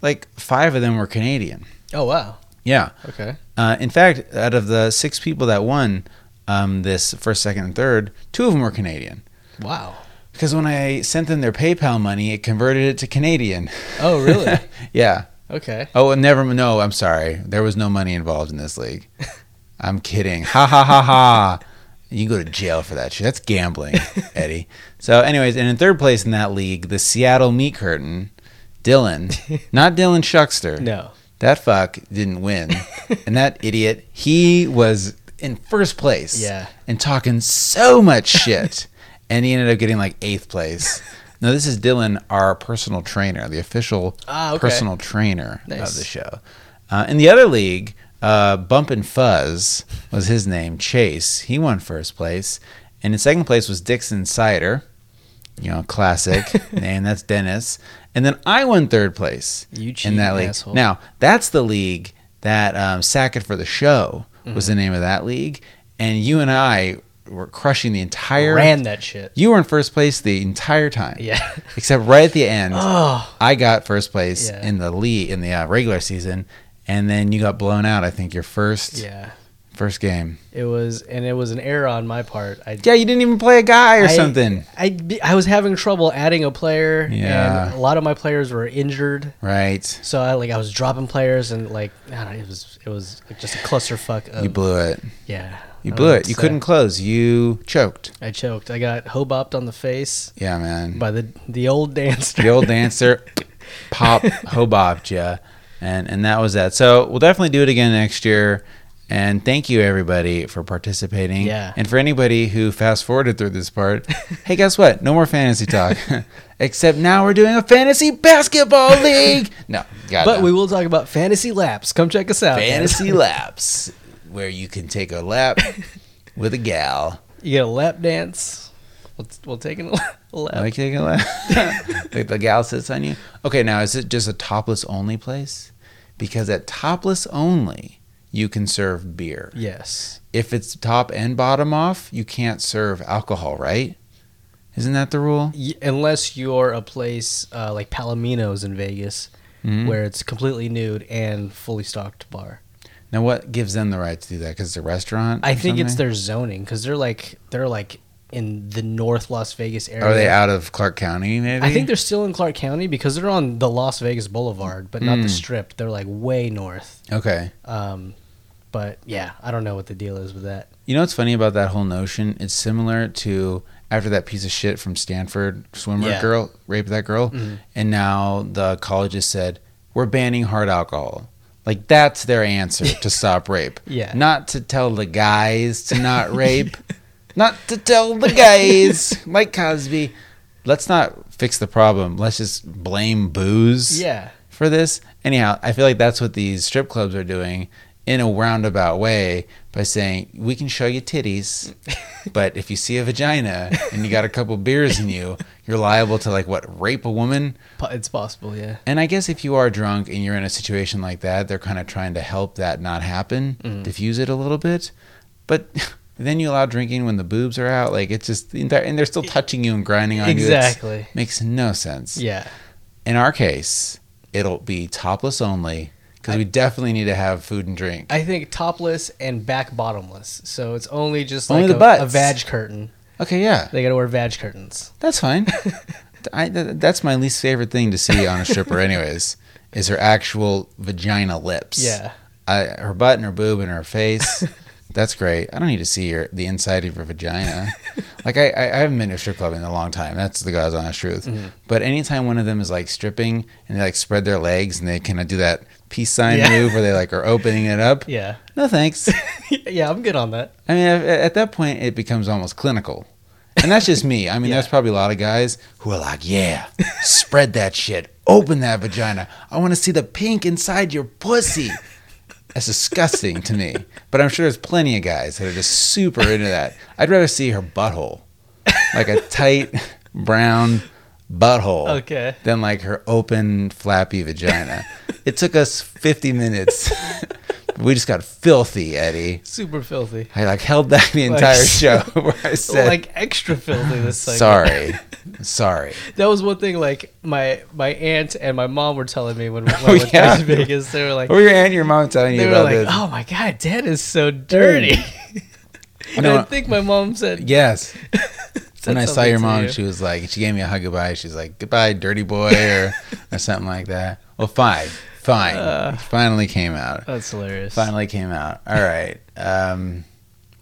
Speaker 1: like five of them were Canadian.
Speaker 2: Oh wow.
Speaker 1: Yeah.
Speaker 2: Okay.
Speaker 1: Uh, in fact, out of the six people that won um, this first, second, and third, two of them were Canadian.
Speaker 2: Wow.
Speaker 1: Because when I sent them their PayPal money, it converted it to Canadian.
Speaker 2: Oh really?
Speaker 1: [LAUGHS] yeah.
Speaker 2: okay.
Speaker 1: Oh, and never. No, I'm sorry. There was no money involved in this
Speaker 2: [LAUGHS]
Speaker 1: league. I'm kidding. Ha ha ha ha. You can go to jail for that shit. That's
Speaker 2: [LAUGHS]
Speaker 1: gambling, Eddie. So, anyways, and in third place in that league, the Seattle Meat Curtain,
Speaker 2: [LAUGHS]
Speaker 1: Dylan, not Dylan Shuckster.
Speaker 2: No.
Speaker 1: That fuck didn't
Speaker 2: [LAUGHS]
Speaker 1: win. and that idiot, he was in first place.
Speaker 2: Yeah.
Speaker 1: And talking so
Speaker 2: [LAUGHS]
Speaker 1: much shit. and he ended up getting like eighth place. Now, this is Dylan, our personal trainer, the official
Speaker 2: Ah, okay.
Speaker 1: personal trainer
Speaker 2: Nice.
Speaker 1: of the show. Uh, in the other league, uh, Bump and Fuzz was his name, Chase. He won first place. And in second place was Dixon Cider, you know, classic
Speaker 2: [LAUGHS]
Speaker 1: name. That's Dennis. And then I won third place
Speaker 2: You
Speaker 1: in
Speaker 2: cheating
Speaker 1: that league.
Speaker 2: asshole.
Speaker 1: Now that's the league that um, Sackett for the show was
Speaker 2: Mm-hmm.
Speaker 1: the name of that league, and you and I were crushing the entire.
Speaker 2: Ran that shit.
Speaker 1: You were in first place the entire time.
Speaker 2: Yeah.
Speaker 1: [LAUGHS] Except right at the
Speaker 2: [GASPS]
Speaker 1: end,
Speaker 2: Oh.
Speaker 1: I got first place
Speaker 2: Yeah.
Speaker 1: in the league in the uh, regular season, and then you got blown out. I think your first
Speaker 2: Yeah.
Speaker 1: first game.
Speaker 2: It was, and it was an error on my part. I
Speaker 1: Yeah, you didn't even play a guy or
Speaker 2: I-
Speaker 1: something,
Speaker 2: I, be- I was having trouble adding a player.
Speaker 1: Yeah.
Speaker 2: And a lot of my players were injured,
Speaker 1: right?
Speaker 2: so I like I was dropping players and like I don't know, it was it was just a clusterfuck. Of,
Speaker 1: You blew it.
Speaker 2: yeah.
Speaker 1: You
Speaker 2: I don't
Speaker 1: blew
Speaker 2: know
Speaker 1: it.
Speaker 2: what
Speaker 1: You
Speaker 2: to
Speaker 1: couldn't close. You choked.
Speaker 2: say. I choked. I got hobopped on the face
Speaker 1: Yeah, man.
Speaker 2: by the the old [LAUGHS] dancer.
Speaker 1: the old dancer pop hobopped ya, and and that was that so we'll definitely do it again next year and thank you everybody for participating
Speaker 2: Yeah.
Speaker 1: and for anybody who fast forwarded through this
Speaker 2: [LAUGHS]
Speaker 1: part hey guess what no more fantasy talk [LAUGHS] except now we're doing a fantasy basketball
Speaker 2: [LAUGHS]
Speaker 1: league no got
Speaker 2: But we will talk about fantasy laps. Come check us out. guys. [LAUGHS]
Speaker 1: fantasy laps where you can take a lap with a gal
Speaker 2: You get a lap dance. We'll, we'll take a [LAUGHS] lap.
Speaker 1: like taking a [LAUGHS]
Speaker 2: [LAUGHS]
Speaker 1: lap. like the gal sits on you. Okay, now is it just a topless only place? Because at topless only, you can serve beer.
Speaker 2: Yes.
Speaker 1: If it's top and bottom off, you can't serve alcohol, right? Isn't that the rule?
Speaker 2: Y- unless you're a place uh, like Palomino's in Vegas,
Speaker 1: Mhm.
Speaker 2: where it's completely nude and fully stocked bar.
Speaker 1: Now, what gives them the right to do that? Because it's a restaurant.
Speaker 2: I
Speaker 1: or
Speaker 2: think it's
Speaker 1: something?
Speaker 2: their zoning because they're like they're like in the North Las Vegas area.
Speaker 1: Are they out of Clark County? Maybe.
Speaker 2: I think they're still in Clark County because they're on the Las Vegas Boulevard, but not the
Speaker 1: Mm.
Speaker 2: Strip. They're like way north.
Speaker 1: okay.
Speaker 2: Um, but yeah, I don't know what the deal is with that.
Speaker 1: You know what's funny about that whole notion? It's similar to after that piece of shit from Stanford swimmer
Speaker 2: Yeah. Mm-hmm.
Speaker 1: girl raped that girl, and now the colleges said we're banning hard alcohol. Like that's their answer
Speaker 2: [LAUGHS]
Speaker 1: to stop rape.
Speaker 2: Yeah.
Speaker 1: not to tell the guys to
Speaker 2: [LAUGHS]
Speaker 1: not rape, not to tell the guys like Cosby. Let's not fix the problem. Let's just blame booze
Speaker 2: Yeah,
Speaker 1: for this. Anyhow, I feel like that's what these strip clubs are doing in a roundabout way by saying we can show you titties, but if you see a vagina and you got a couple beers in you, you're liable to like what rape a woman.
Speaker 2: po- it's possible. Yeah,
Speaker 1: And I guess if you are drunk and you're in a situation like that, they're kind of trying to help that not happen, diffuse it a little bit, but. [LAUGHS] Then you allow drinking when the boobs are out, like it's just, and they're and they're still touching you and grinding on you.
Speaker 2: [LAUGHS] exactly.
Speaker 1: It makes no sense
Speaker 2: Yeah,
Speaker 1: in our case, it'll be topless only because we definitely need to have food and drink.
Speaker 2: I think topless and back bottomless. So it's only just like
Speaker 1: Only the
Speaker 2: a,
Speaker 1: butts.
Speaker 2: a vag curtain.
Speaker 1: Okay, yeah,
Speaker 2: They got to wear vag curtains.
Speaker 1: that's fine. [LAUGHS] I, th- that's my least favorite thing to see on a stripper, anyways, is her actual vagina lips.
Speaker 2: Yeah,
Speaker 1: I, her butt and her boob and her face. That's great. I don't need to see your the inside of your vagina. like I, I, I haven't been to a strip club in a long time. That's the God's honest truth. But anytime one of them is like stripping and they like spread their legs and they kind of do that peace sign
Speaker 2: Yeah.
Speaker 1: move where they like are opening it up.
Speaker 2: yeah,
Speaker 1: No thanks.
Speaker 2: [LAUGHS] yeah. I'm good on that.
Speaker 1: I mean, at, at that point, it becomes almost clinical. And that's just me. I mean,
Speaker 2: [LAUGHS] Yeah.
Speaker 1: there's probably a lot of guys who are like, yeah, spread that shit. Open that vagina. I want to see the pink inside your pussy. That's disgusting to me. But I'm sure there's plenty of guys that are just super into that. I'd rather see her butthole, like a tight brown butthole,
Speaker 2: Okay.
Speaker 1: than like her open, flappy vagina. It took us 50 minutes.
Speaker 2: [LAUGHS]
Speaker 1: we just got filthy, Eddie.
Speaker 2: Super filthy.
Speaker 1: I like held back
Speaker 2: [LAUGHS]
Speaker 1: the entire show where I said,
Speaker 2: like extra filthy [LAUGHS] this cycle.
Speaker 1: "Sorry, sorry."
Speaker 2: That was one thing. Like my my aunt and my mom were telling me [LAUGHS] when, when
Speaker 1: Oh,
Speaker 2: I went
Speaker 1: yeah.
Speaker 2: back to Vegas. They were like,
Speaker 1: What were your aunt and your mom telling you
Speaker 2: they were
Speaker 1: about
Speaker 2: like,
Speaker 1: this?
Speaker 2: oh my god, Dad is so [LAUGHS] dirty. and
Speaker 1: No,
Speaker 2: I think my mom said,
Speaker 1: [LAUGHS] yes.
Speaker 2: [LAUGHS] said
Speaker 1: When I saw
Speaker 2: something
Speaker 1: your
Speaker 2: to
Speaker 1: mom,
Speaker 2: you.
Speaker 1: she was like, she gave me a hug goodbye. She's like, "Goodbye, dirty boy,"
Speaker 2: [LAUGHS]
Speaker 1: or, or something like that. Well, fine, fine.
Speaker 2: Uh.
Speaker 1: It finally came out.
Speaker 2: That's hilarious.
Speaker 1: Finally came out. All right. Um,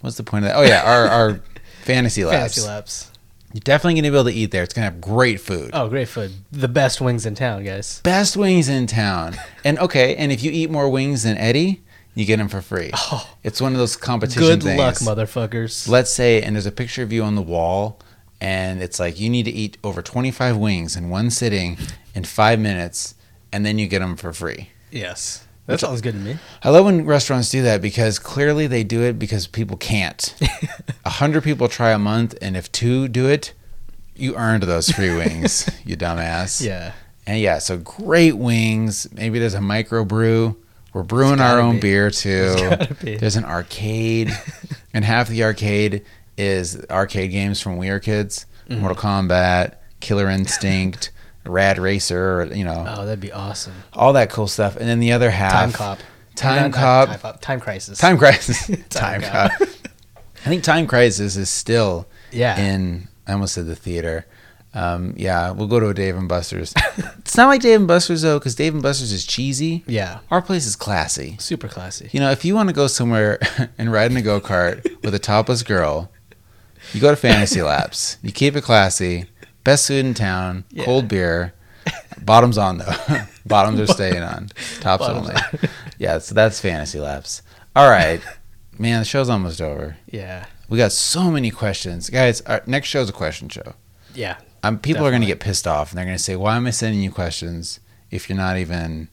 Speaker 1: what's the point of that? Oh yeah, our
Speaker 2: [LAUGHS]
Speaker 1: our fantasy labs.
Speaker 2: Fantasy laps.
Speaker 1: You're definitely gonna be able to eat there. It's gonna have great food.
Speaker 2: Oh, great food. The best wings in town, guys.
Speaker 1: best wings in town. And okay, and if you eat more wings than Eddie, you get them for free.
Speaker 2: Oh.
Speaker 1: it's one of those competition
Speaker 2: Good
Speaker 1: things.
Speaker 2: luck, motherfuckers.
Speaker 1: Let's say, and there's a picture of you on the wall, and it's like you need to eat over 25 wings in one sitting in five minutes, and then you get them for free.
Speaker 2: yes. That sounds good to me.
Speaker 1: I love when restaurants do that because clearly they do it because people
Speaker 2: [LAUGHS]
Speaker 1: can't. A hundred people try a month, and if two do it, you earned those free wings,
Speaker 2: [LAUGHS]
Speaker 1: you dumbass.
Speaker 2: Yeah.
Speaker 1: And yeah, so great wings. Maybe there's a micro brew. We're brewing
Speaker 2: gotta
Speaker 1: our own
Speaker 2: be.
Speaker 1: beer too.
Speaker 2: gotta be.
Speaker 1: There's an
Speaker 2: [LAUGHS]
Speaker 1: arcade, and half the arcade is arcade games from we were kids:
Speaker 2: Mm-hmm.
Speaker 1: Mortal Kombat, Killer Instinct, Rad Racer, you know,
Speaker 2: Oh, that'd be awesome.
Speaker 1: all that cool stuff. And then the other half,
Speaker 2: Time cop.
Speaker 1: Time
Speaker 2: Not- not
Speaker 1: Cop,
Speaker 2: Time cop. Time crisis.
Speaker 1: Time [LAUGHS] Crisis, Time
Speaker 2: Time
Speaker 1: Cop. [LAUGHS] I think Time Crisis is still
Speaker 2: Yeah.
Speaker 1: in. I almost said the theater. Um, yeah, we'll go to a Dave and Buster's. it's not like Dave and Buster's though, because Dave and Buster's is cheesy.
Speaker 2: Yeah.
Speaker 1: Our place is classy.
Speaker 2: Super classy.
Speaker 1: You know, if you want to go somewhere [LAUGHS] and ride in a go kart with a topless girl, you go to
Speaker 2: [LAUGHS]
Speaker 1: Fantasy Laps. You keep it classy. Best food in town.
Speaker 2: Yeah.
Speaker 1: Cold beer. Bottoms on though. [LAUGHS] Bottoms are staying
Speaker 2: [LAUGHS]
Speaker 1: on. Tops
Speaker 2: Bottoms
Speaker 1: only. [LAUGHS] yeah, so that's Fantasy Laps. All right, man. The show's almost over.
Speaker 2: Yeah.
Speaker 1: We got so many questions, guys. Our next show's a question show.
Speaker 2: Yeah.
Speaker 1: Um, people are going to get pissed off, and they're going to say, "Why am I sending you questions if you're not even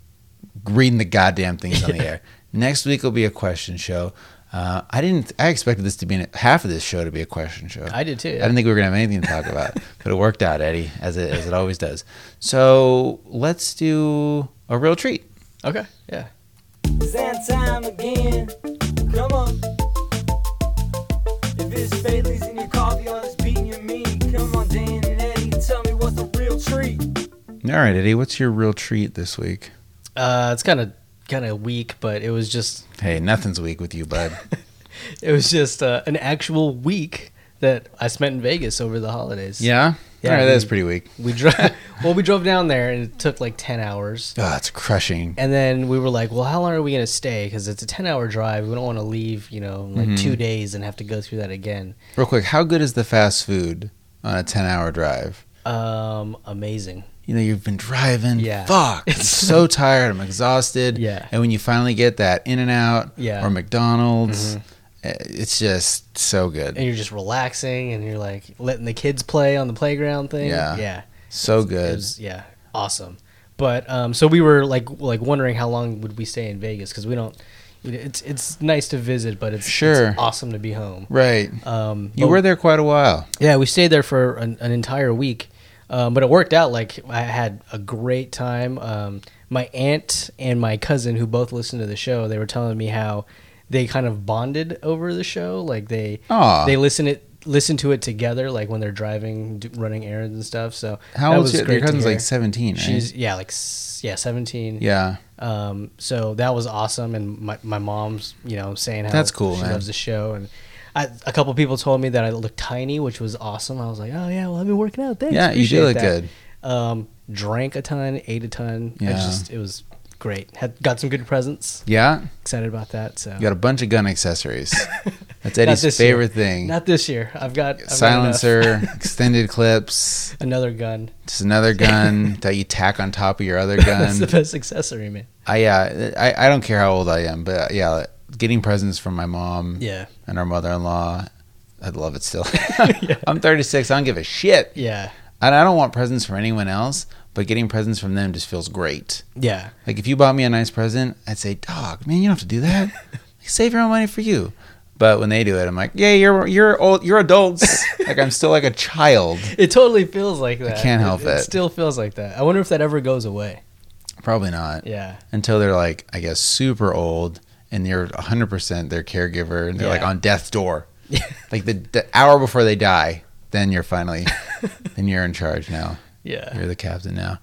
Speaker 1: reading the goddamn things on the
Speaker 2: [LAUGHS]
Speaker 1: air?" Next week will be a question show. Uh, I didn't. I expected this to be an, half of this show to be a question show.
Speaker 2: I did too.
Speaker 1: I didn't think we were going to have anything to talk about,
Speaker 2: [LAUGHS]
Speaker 1: but it worked out, Eddie, as it as it always does. So let's do a real treat.
Speaker 2: okay. Yeah.
Speaker 3: It's that time again. Come on. If it's Bailey's in your coffee or it's beating your meat, come on, Dan and Eddie, tell me what's the real treat.
Speaker 1: All right, Eddie, what's your real treat this week?
Speaker 2: Uh, it's kind of kind of weak, but it was just
Speaker 1: Hey, nothing's weak with you,
Speaker 2: [LAUGHS]
Speaker 1: bud.
Speaker 2: it was just uh, an actual week that I spent in Vegas over the holidays.
Speaker 1: yeah?
Speaker 2: Yeah,
Speaker 1: All right,
Speaker 2: I
Speaker 1: that's
Speaker 2: mean-
Speaker 1: pretty weak.
Speaker 2: we drove. [LAUGHS] well, we drove down there and it took like ten hours,
Speaker 1: Oh, it's crushing.
Speaker 2: and then we were like, "Well, how long are we gonna stay? Because it's a ten-hour drive. We don't want to leave, you know, in like
Speaker 1: Mm-hmm.
Speaker 2: two days and have to go through that again."
Speaker 1: Real quick, how good is the fast food on a 10 hour drive?
Speaker 2: Um, amazing.
Speaker 1: You know, you've been driving.
Speaker 2: Yeah.
Speaker 1: Fuck.
Speaker 2: [LAUGHS]
Speaker 1: I'm so tired. I'm exhausted.
Speaker 2: Yeah.
Speaker 1: And when you finally get that In and Out
Speaker 2: Yeah. Mm-hmm.
Speaker 1: or McDonald's, eh, it's just so good.
Speaker 2: And you're just relaxing, and you're like letting the kids play on the playground thing.
Speaker 1: Yeah.
Speaker 2: yeah.
Speaker 1: So
Speaker 2: It
Speaker 1: good.
Speaker 2: was, yeah, awesome. But um, so we were like like wondering how long would we stay in Vegas because we don't. you know, It's it's nice to visit, but it's it's
Speaker 1: Sure.
Speaker 2: awesome to be home.
Speaker 1: Right.
Speaker 2: Um,
Speaker 1: You
Speaker 2: but-
Speaker 1: were there quite a while.
Speaker 2: yeah, we stayed there for an, an entire week, um, but it worked out. Like I had a great time. Um, my aunt and my cousin, who both listened to the show, they were telling me how they kind of bonded over the show. Like they
Speaker 1: Aw.
Speaker 2: they listen it listen to it together, like when they're driving, do, running errands and stuff. So
Speaker 1: How
Speaker 2: that
Speaker 1: old is
Speaker 2: was
Speaker 1: your,
Speaker 2: great
Speaker 1: your
Speaker 2: to
Speaker 1: cousin's
Speaker 2: hear.
Speaker 1: like 17, right?
Speaker 2: She's yeah, like s- yeah, seventeen.
Speaker 1: yeah.
Speaker 2: Um, so that was awesome, and my, my mom's you know saying how
Speaker 1: That's cool,
Speaker 2: She
Speaker 1: man.
Speaker 2: loves the show, and I, a couple people told me that I looked tiny, which was awesome. I was like, oh yeah, well I've been working out. Thanks.
Speaker 1: Yeah, you do
Speaker 2: Appreciate
Speaker 1: look
Speaker 2: that.
Speaker 1: good.
Speaker 2: Um, drank a ton, ate a ton. I
Speaker 1: Yeah.
Speaker 2: just it was great. Had got some good presents.
Speaker 1: Yeah.
Speaker 2: Excited about that. So
Speaker 1: You got a bunch of gun
Speaker 2: [LAUGHS]
Speaker 1: accessories. That's
Speaker 2: Not
Speaker 1: Eddie's
Speaker 2: this year.
Speaker 1: favorite thing.
Speaker 2: not this year. I've got I've got
Speaker 1: Silencer,
Speaker 2: enough.
Speaker 1: extended clips,
Speaker 2: [LAUGHS] another gun. [LAUGHS]
Speaker 1: just another gun that you tack on top of your other gun.
Speaker 2: That's the best accessory, man.
Speaker 1: I yeah, I, I don't care how old I am, but uh, yeah, getting presents from my mom
Speaker 2: Yeah,
Speaker 1: and her mother-in-law, I'd love it still. [LAUGHS] I'm 36. I don't give a shit,
Speaker 2: yeah,
Speaker 1: and I don't want presents from anyone else. But getting presents from them just feels great.
Speaker 2: yeah.
Speaker 1: Like if you bought me a nice present, I'd say, "Dog, man, you don't have to do that. Save your own money for you." But when they do it, I'm like, "Yeah, you're you're old. You're adults. like I'm still like a child.
Speaker 2: It totally feels like that.
Speaker 1: can't help
Speaker 2: it.
Speaker 1: it.
Speaker 2: still feels like that. I wonder if that ever goes away.
Speaker 1: Probably not."
Speaker 2: Yeah.
Speaker 1: until they're like, I guess, super old and they're 100% their caregiver and they're like
Speaker 2: Yeah.
Speaker 1: on death's door. like the, the hour before they die, then you're finally, then you're in charge now.
Speaker 2: Yeah.
Speaker 1: You're the captain now.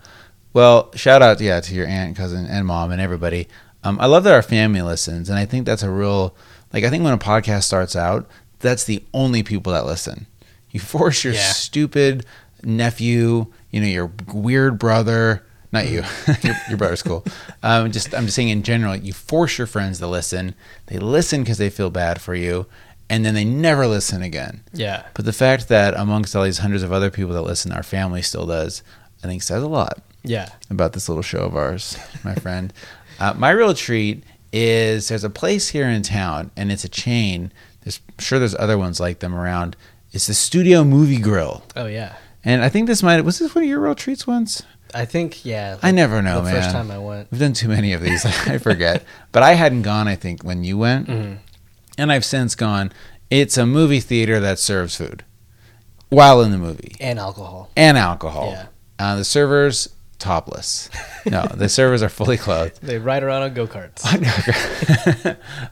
Speaker 1: Well, shout out, yeah, to your aunt, cousin, and mom and everybody. Um, I love that our family listens. And I think that's a real, like, I think when a podcast starts out, that's the only people that listen. You force your
Speaker 2: Yeah.
Speaker 1: stupid nephew, you know, your weird brother, not you, [LAUGHS] your, your brother's cool. Um, just, I'm just saying in general, you force your friends to listen. They listen because they feel bad for you. And then they never listen again.
Speaker 2: Yeah.
Speaker 1: But the fact that amongst all these hundreds of other people that listen, our family still does, I think says a lot
Speaker 2: Yeah.
Speaker 1: about this little show of ours,
Speaker 2: [LAUGHS]
Speaker 1: my friend. uh, my real treat is there's a place here in town, and it's a chain. There's I'm sure there's other ones like them around. It's the Studio Movie Grill,
Speaker 2: Oh yeah.
Speaker 1: and I think this might was this one of your real treats once.
Speaker 2: I think yeah.
Speaker 1: I never know,
Speaker 2: the
Speaker 1: man.
Speaker 2: first time I went.
Speaker 1: We've done too many of these. [LAUGHS] I forget. But I hadn't gone, I think, when you went.
Speaker 2: Mm-hmm.
Speaker 1: And I've since gone. It's a movie theater that serves food while in the movie
Speaker 2: And alcohol.
Speaker 1: and alcohol.
Speaker 2: Yeah.
Speaker 1: Uh, the servers, topless. No, the servers are fully clothed. [LAUGHS]
Speaker 2: They ride around on go karts.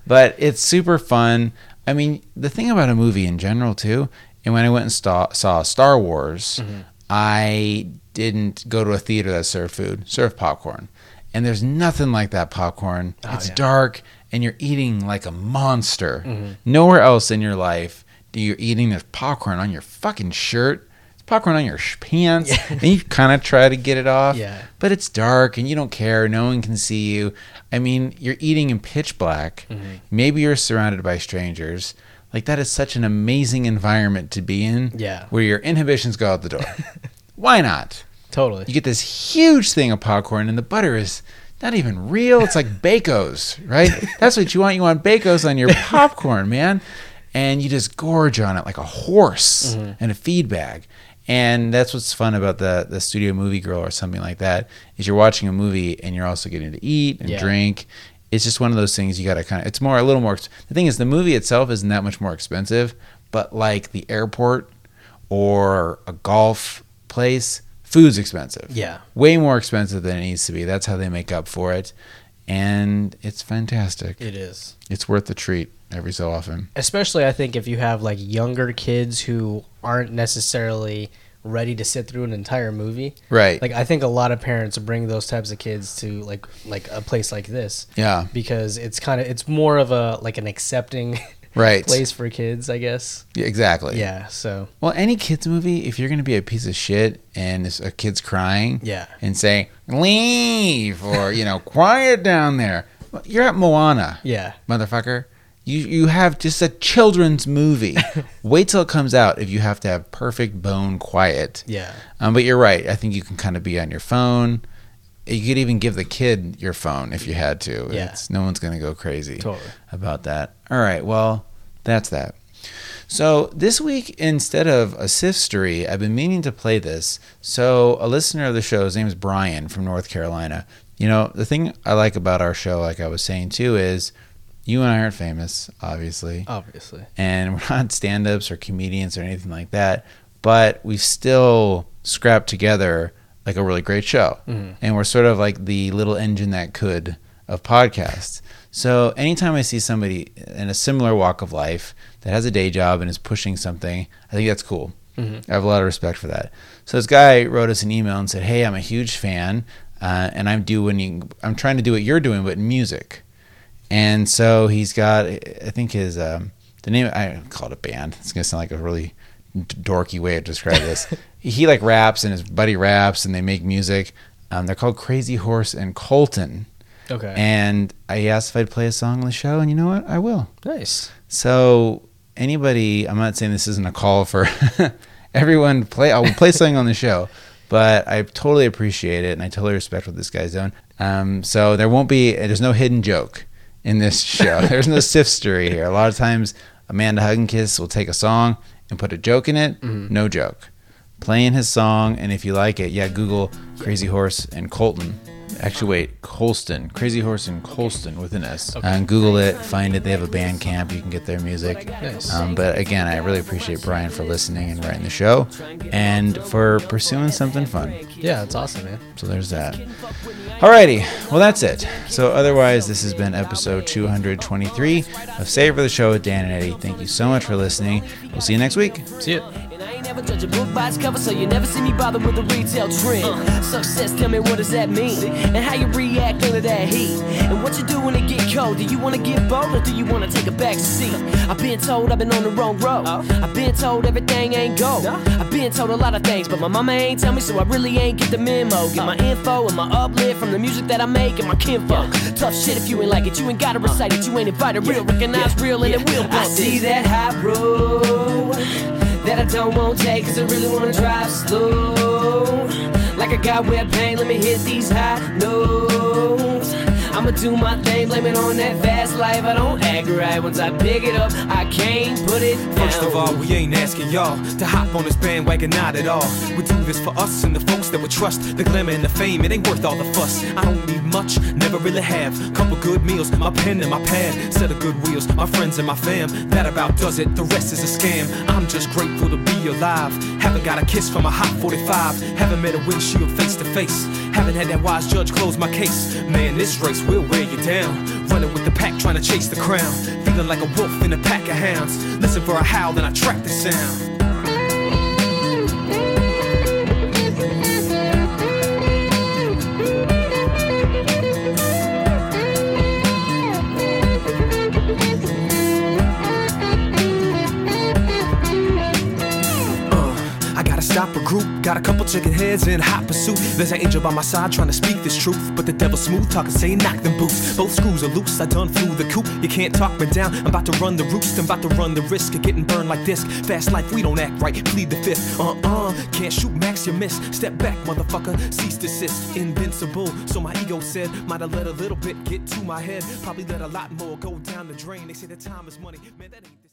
Speaker 1: but it's super fun. I mean, the thing about a movie in general too, and when I went and sta- saw Star Wars, I didn't go to a theater that served food, served popcorn, and there's nothing like that popcorn. it's
Speaker 2: Ah, yeah. Mm-hmm.
Speaker 1: dark, and you're eating like a monster. Nowhere else in your life do you eating this popcorn on your fucking shirt. It's popcorn on your sh- pants, and you kind of try to get it off
Speaker 2: Yeah.
Speaker 1: but it's dark and you don't care. No one can see you. I mean, you're eating in pitch black.
Speaker 2: Mm-hmm.
Speaker 1: Maybe you're surrounded by strangers. Like that is such an amazing environment to be in.
Speaker 2: Yeah.
Speaker 1: Where your inhibitions go out the
Speaker 2: [LAUGHS]
Speaker 1: door. Why not?
Speaker 2: Totally.
Speaker 1: You get this huge thing of popcorn and the butter is not even real. It's like Bacos, right? That's what you want. You want Bacos on your popcorn, man. And you just gorge on it like a horse and a feed bag. And that's what's fun about the the studio movie girl or something like that is you're watching a movie and you're also getting to eat and
Speaker 2: Yeah.
Speaker 1: drink. It's just one of those things you got to kind of. It's more a little more. ex- The thing is, the movie itself isn't that much more expensive, but like the airport or a golf place, food's expensive
Speaker 2: Yeah.
Speaker 1: way more expensive than it needs to be. That's how they make up for it. and it's fantastic.
Speaker 2: It is.
Speaker 1: It's worth the treat every so often.
Speaker 2: Especially, I think, if you have like younger kids who aren't necessarily ready to sit through an entire movie.
Speaker 1: Right.
Speaker 2: Like, I think a lot of parents bring those types of kids to like like a place like this
Speaker 1: yeah.
Speaker 2: because it's kind of it's more of a like an accepting [LAUGHS]
Speaker 1: Right.
Speaker 2: place for kids, I guess.
Speaker 1: Yeah, exactly.
Speaker 2: Yeah. So
Speaker 1: Well, any kids movie, if you're gonna be a piece of shit and it's a kid's crying,
Speaker 2: Yeah.
Speaker 1: and saying leave or you know quiet down there, well, you're at Moana,
Speaker 2: yeah,
Speaker 1: motherfucker. You you have just a children's movie. Wait till it comes out if you have to have perfect bone quiet.
Speaker 2: yeah,
Speaker 1: Um, but you're right. I think you can kind of be on your phone. You could even give the kid your phone if you had to.
Speaker 2: Yeah.
Speaker 1: It's, no one's going to go crazy
Speaker 2: Totally.
Speaker 1: about that. All right. Well, that's that. So this week, instead of a sistery, I've been meaning to play this. So a listener of the show, his name is Brian from North Carolina. You know, the thing I like about our show, like I was saying too, is you and I aren't famous, obviously
Speaker 2: obviously.
Speaker 1: and [LAUGHS] we're not stand-ups or comedians or anything like that but we still scrap together like a really great show and we're sort of like the little engine that could of podcasts so anytime i see somebody in a similar walk of life that has a day job and is pushing something i think that's cool i have a lot of respect for that so this guy wrote us an email and said hey i'm a huge fan uh, and i'm doing i'm trying to do what you're doing but in music and so he's got i think his um, the name i call it a band it's gonna sound like a really d- dorky way of describing this [LAUGHS] he like raps and his buddy raps and they make music um, they're called crazy horse and colton
Speaker 2: Okay.
Speaker 1: and i asked if i'd play a song on the show and you know what i will
Speaker 2: nice.
Speaker 1: so anybody, I'm not saying this isn't a call for [LAUGHS] everyone to play. I'll play something on the show, but I totally appreciate it and I totally respect what this guy's doing. Um, so there won't be, there's no hidden joke in this show. [LAUGHS] there's no sifstery here. A lot of times, Amanda Hugginkiss will take a song and put a joke in it. No joke. Playing his song, and if you like it, yeah, Google Crazy Horse and Colton. Actually, wait, Colston, Crazy Horse and Colston with an S. Um, Google it, find it. They have a band camp. You can get their music.
Speaker 2: Nice.
Speaker 1: Um, but again, I really appreciate Brian for listening and writing the show, and for pursuing something fun.
Speaker 2: Yeah, it's awesome, man.
Speaker 1: So there's that. Alrighty, well that's it. So otherwise, this has been episode 223 of Save for the Show with Dan and Eddie. Thank you so much for listening. We'll see you next week.
Speaker 2: See ya.
Speaker 4: And I ain't never judge a book by its cover, so you never see me bother with a retail trend.
Speaker 3: Uh.
Speaker 4: Success, tell me what does that mean? And how you react under that heat? And what you do when it get cold? Do you wanna get bold or do you wanna take a back seat? I've been told I've been on the wrong road.
Speaker 3: Uh.
Speaker 4: I've been told everything ain't gold. I've been told a lot of things, but my mama ain't tell me, so I really ain't get the memo. Get
Speaker 3: Uh.
Speaker 4: my info and my uplift from the music that I make and my kinfolk. Tough shit if you ain't like it, you ain't gotta recite it, you ain't invited. Real, recognize real, and it will
Speaker 3: Uh. I see that high road that I don't want to take 'cause I really want to drive slow. Like I got wet paint, let me hit these high notes. I'ma do my thing, blame it on that fast life. I don't act right once I pick it up, I can't put it down.
Speaker 5: First of all, we ain't asking y'all to hop on this bandwagon, not at all. We do this for us and the folks that we trust. The glamour and the fame, it ain't worth all the fuss. I don't need much, never really have. Couple good meals, my pen and my pad, set of good wheels, my friends and my fam. That about does it, the rest is a scam. I'm just grateful to be alive. Haven't got a kiss from a hot 45. Haven't met a windshield face to face. Haven't had that wise judge close my case. Man, this race will wear you down. Running with the pack, trying to chase the crown. Feeling like a wolf in a pack of hounds. Listen for a howl, then I track the sound. Uh, I gotta stop a group. Got a couple chicken heads in hot pursuit. There's an angel by my side trying to speak this truth. But the devil's smooth talking, say knock them boots. Both screws are loose, I done flew the coop. You can't talk me down. I'm about to run the roost, I'm about to run the risk of getting burned like this. Fast life, we don't act right. Plead the fifth. Uh uh, can't shoot max, you miss. Step back, motherfucker, cease desist. Invincible, so my ego said. Might have let a little bit get to my head. Probably let a lot more go down the drain. They say that time is money. Man, that ain't this.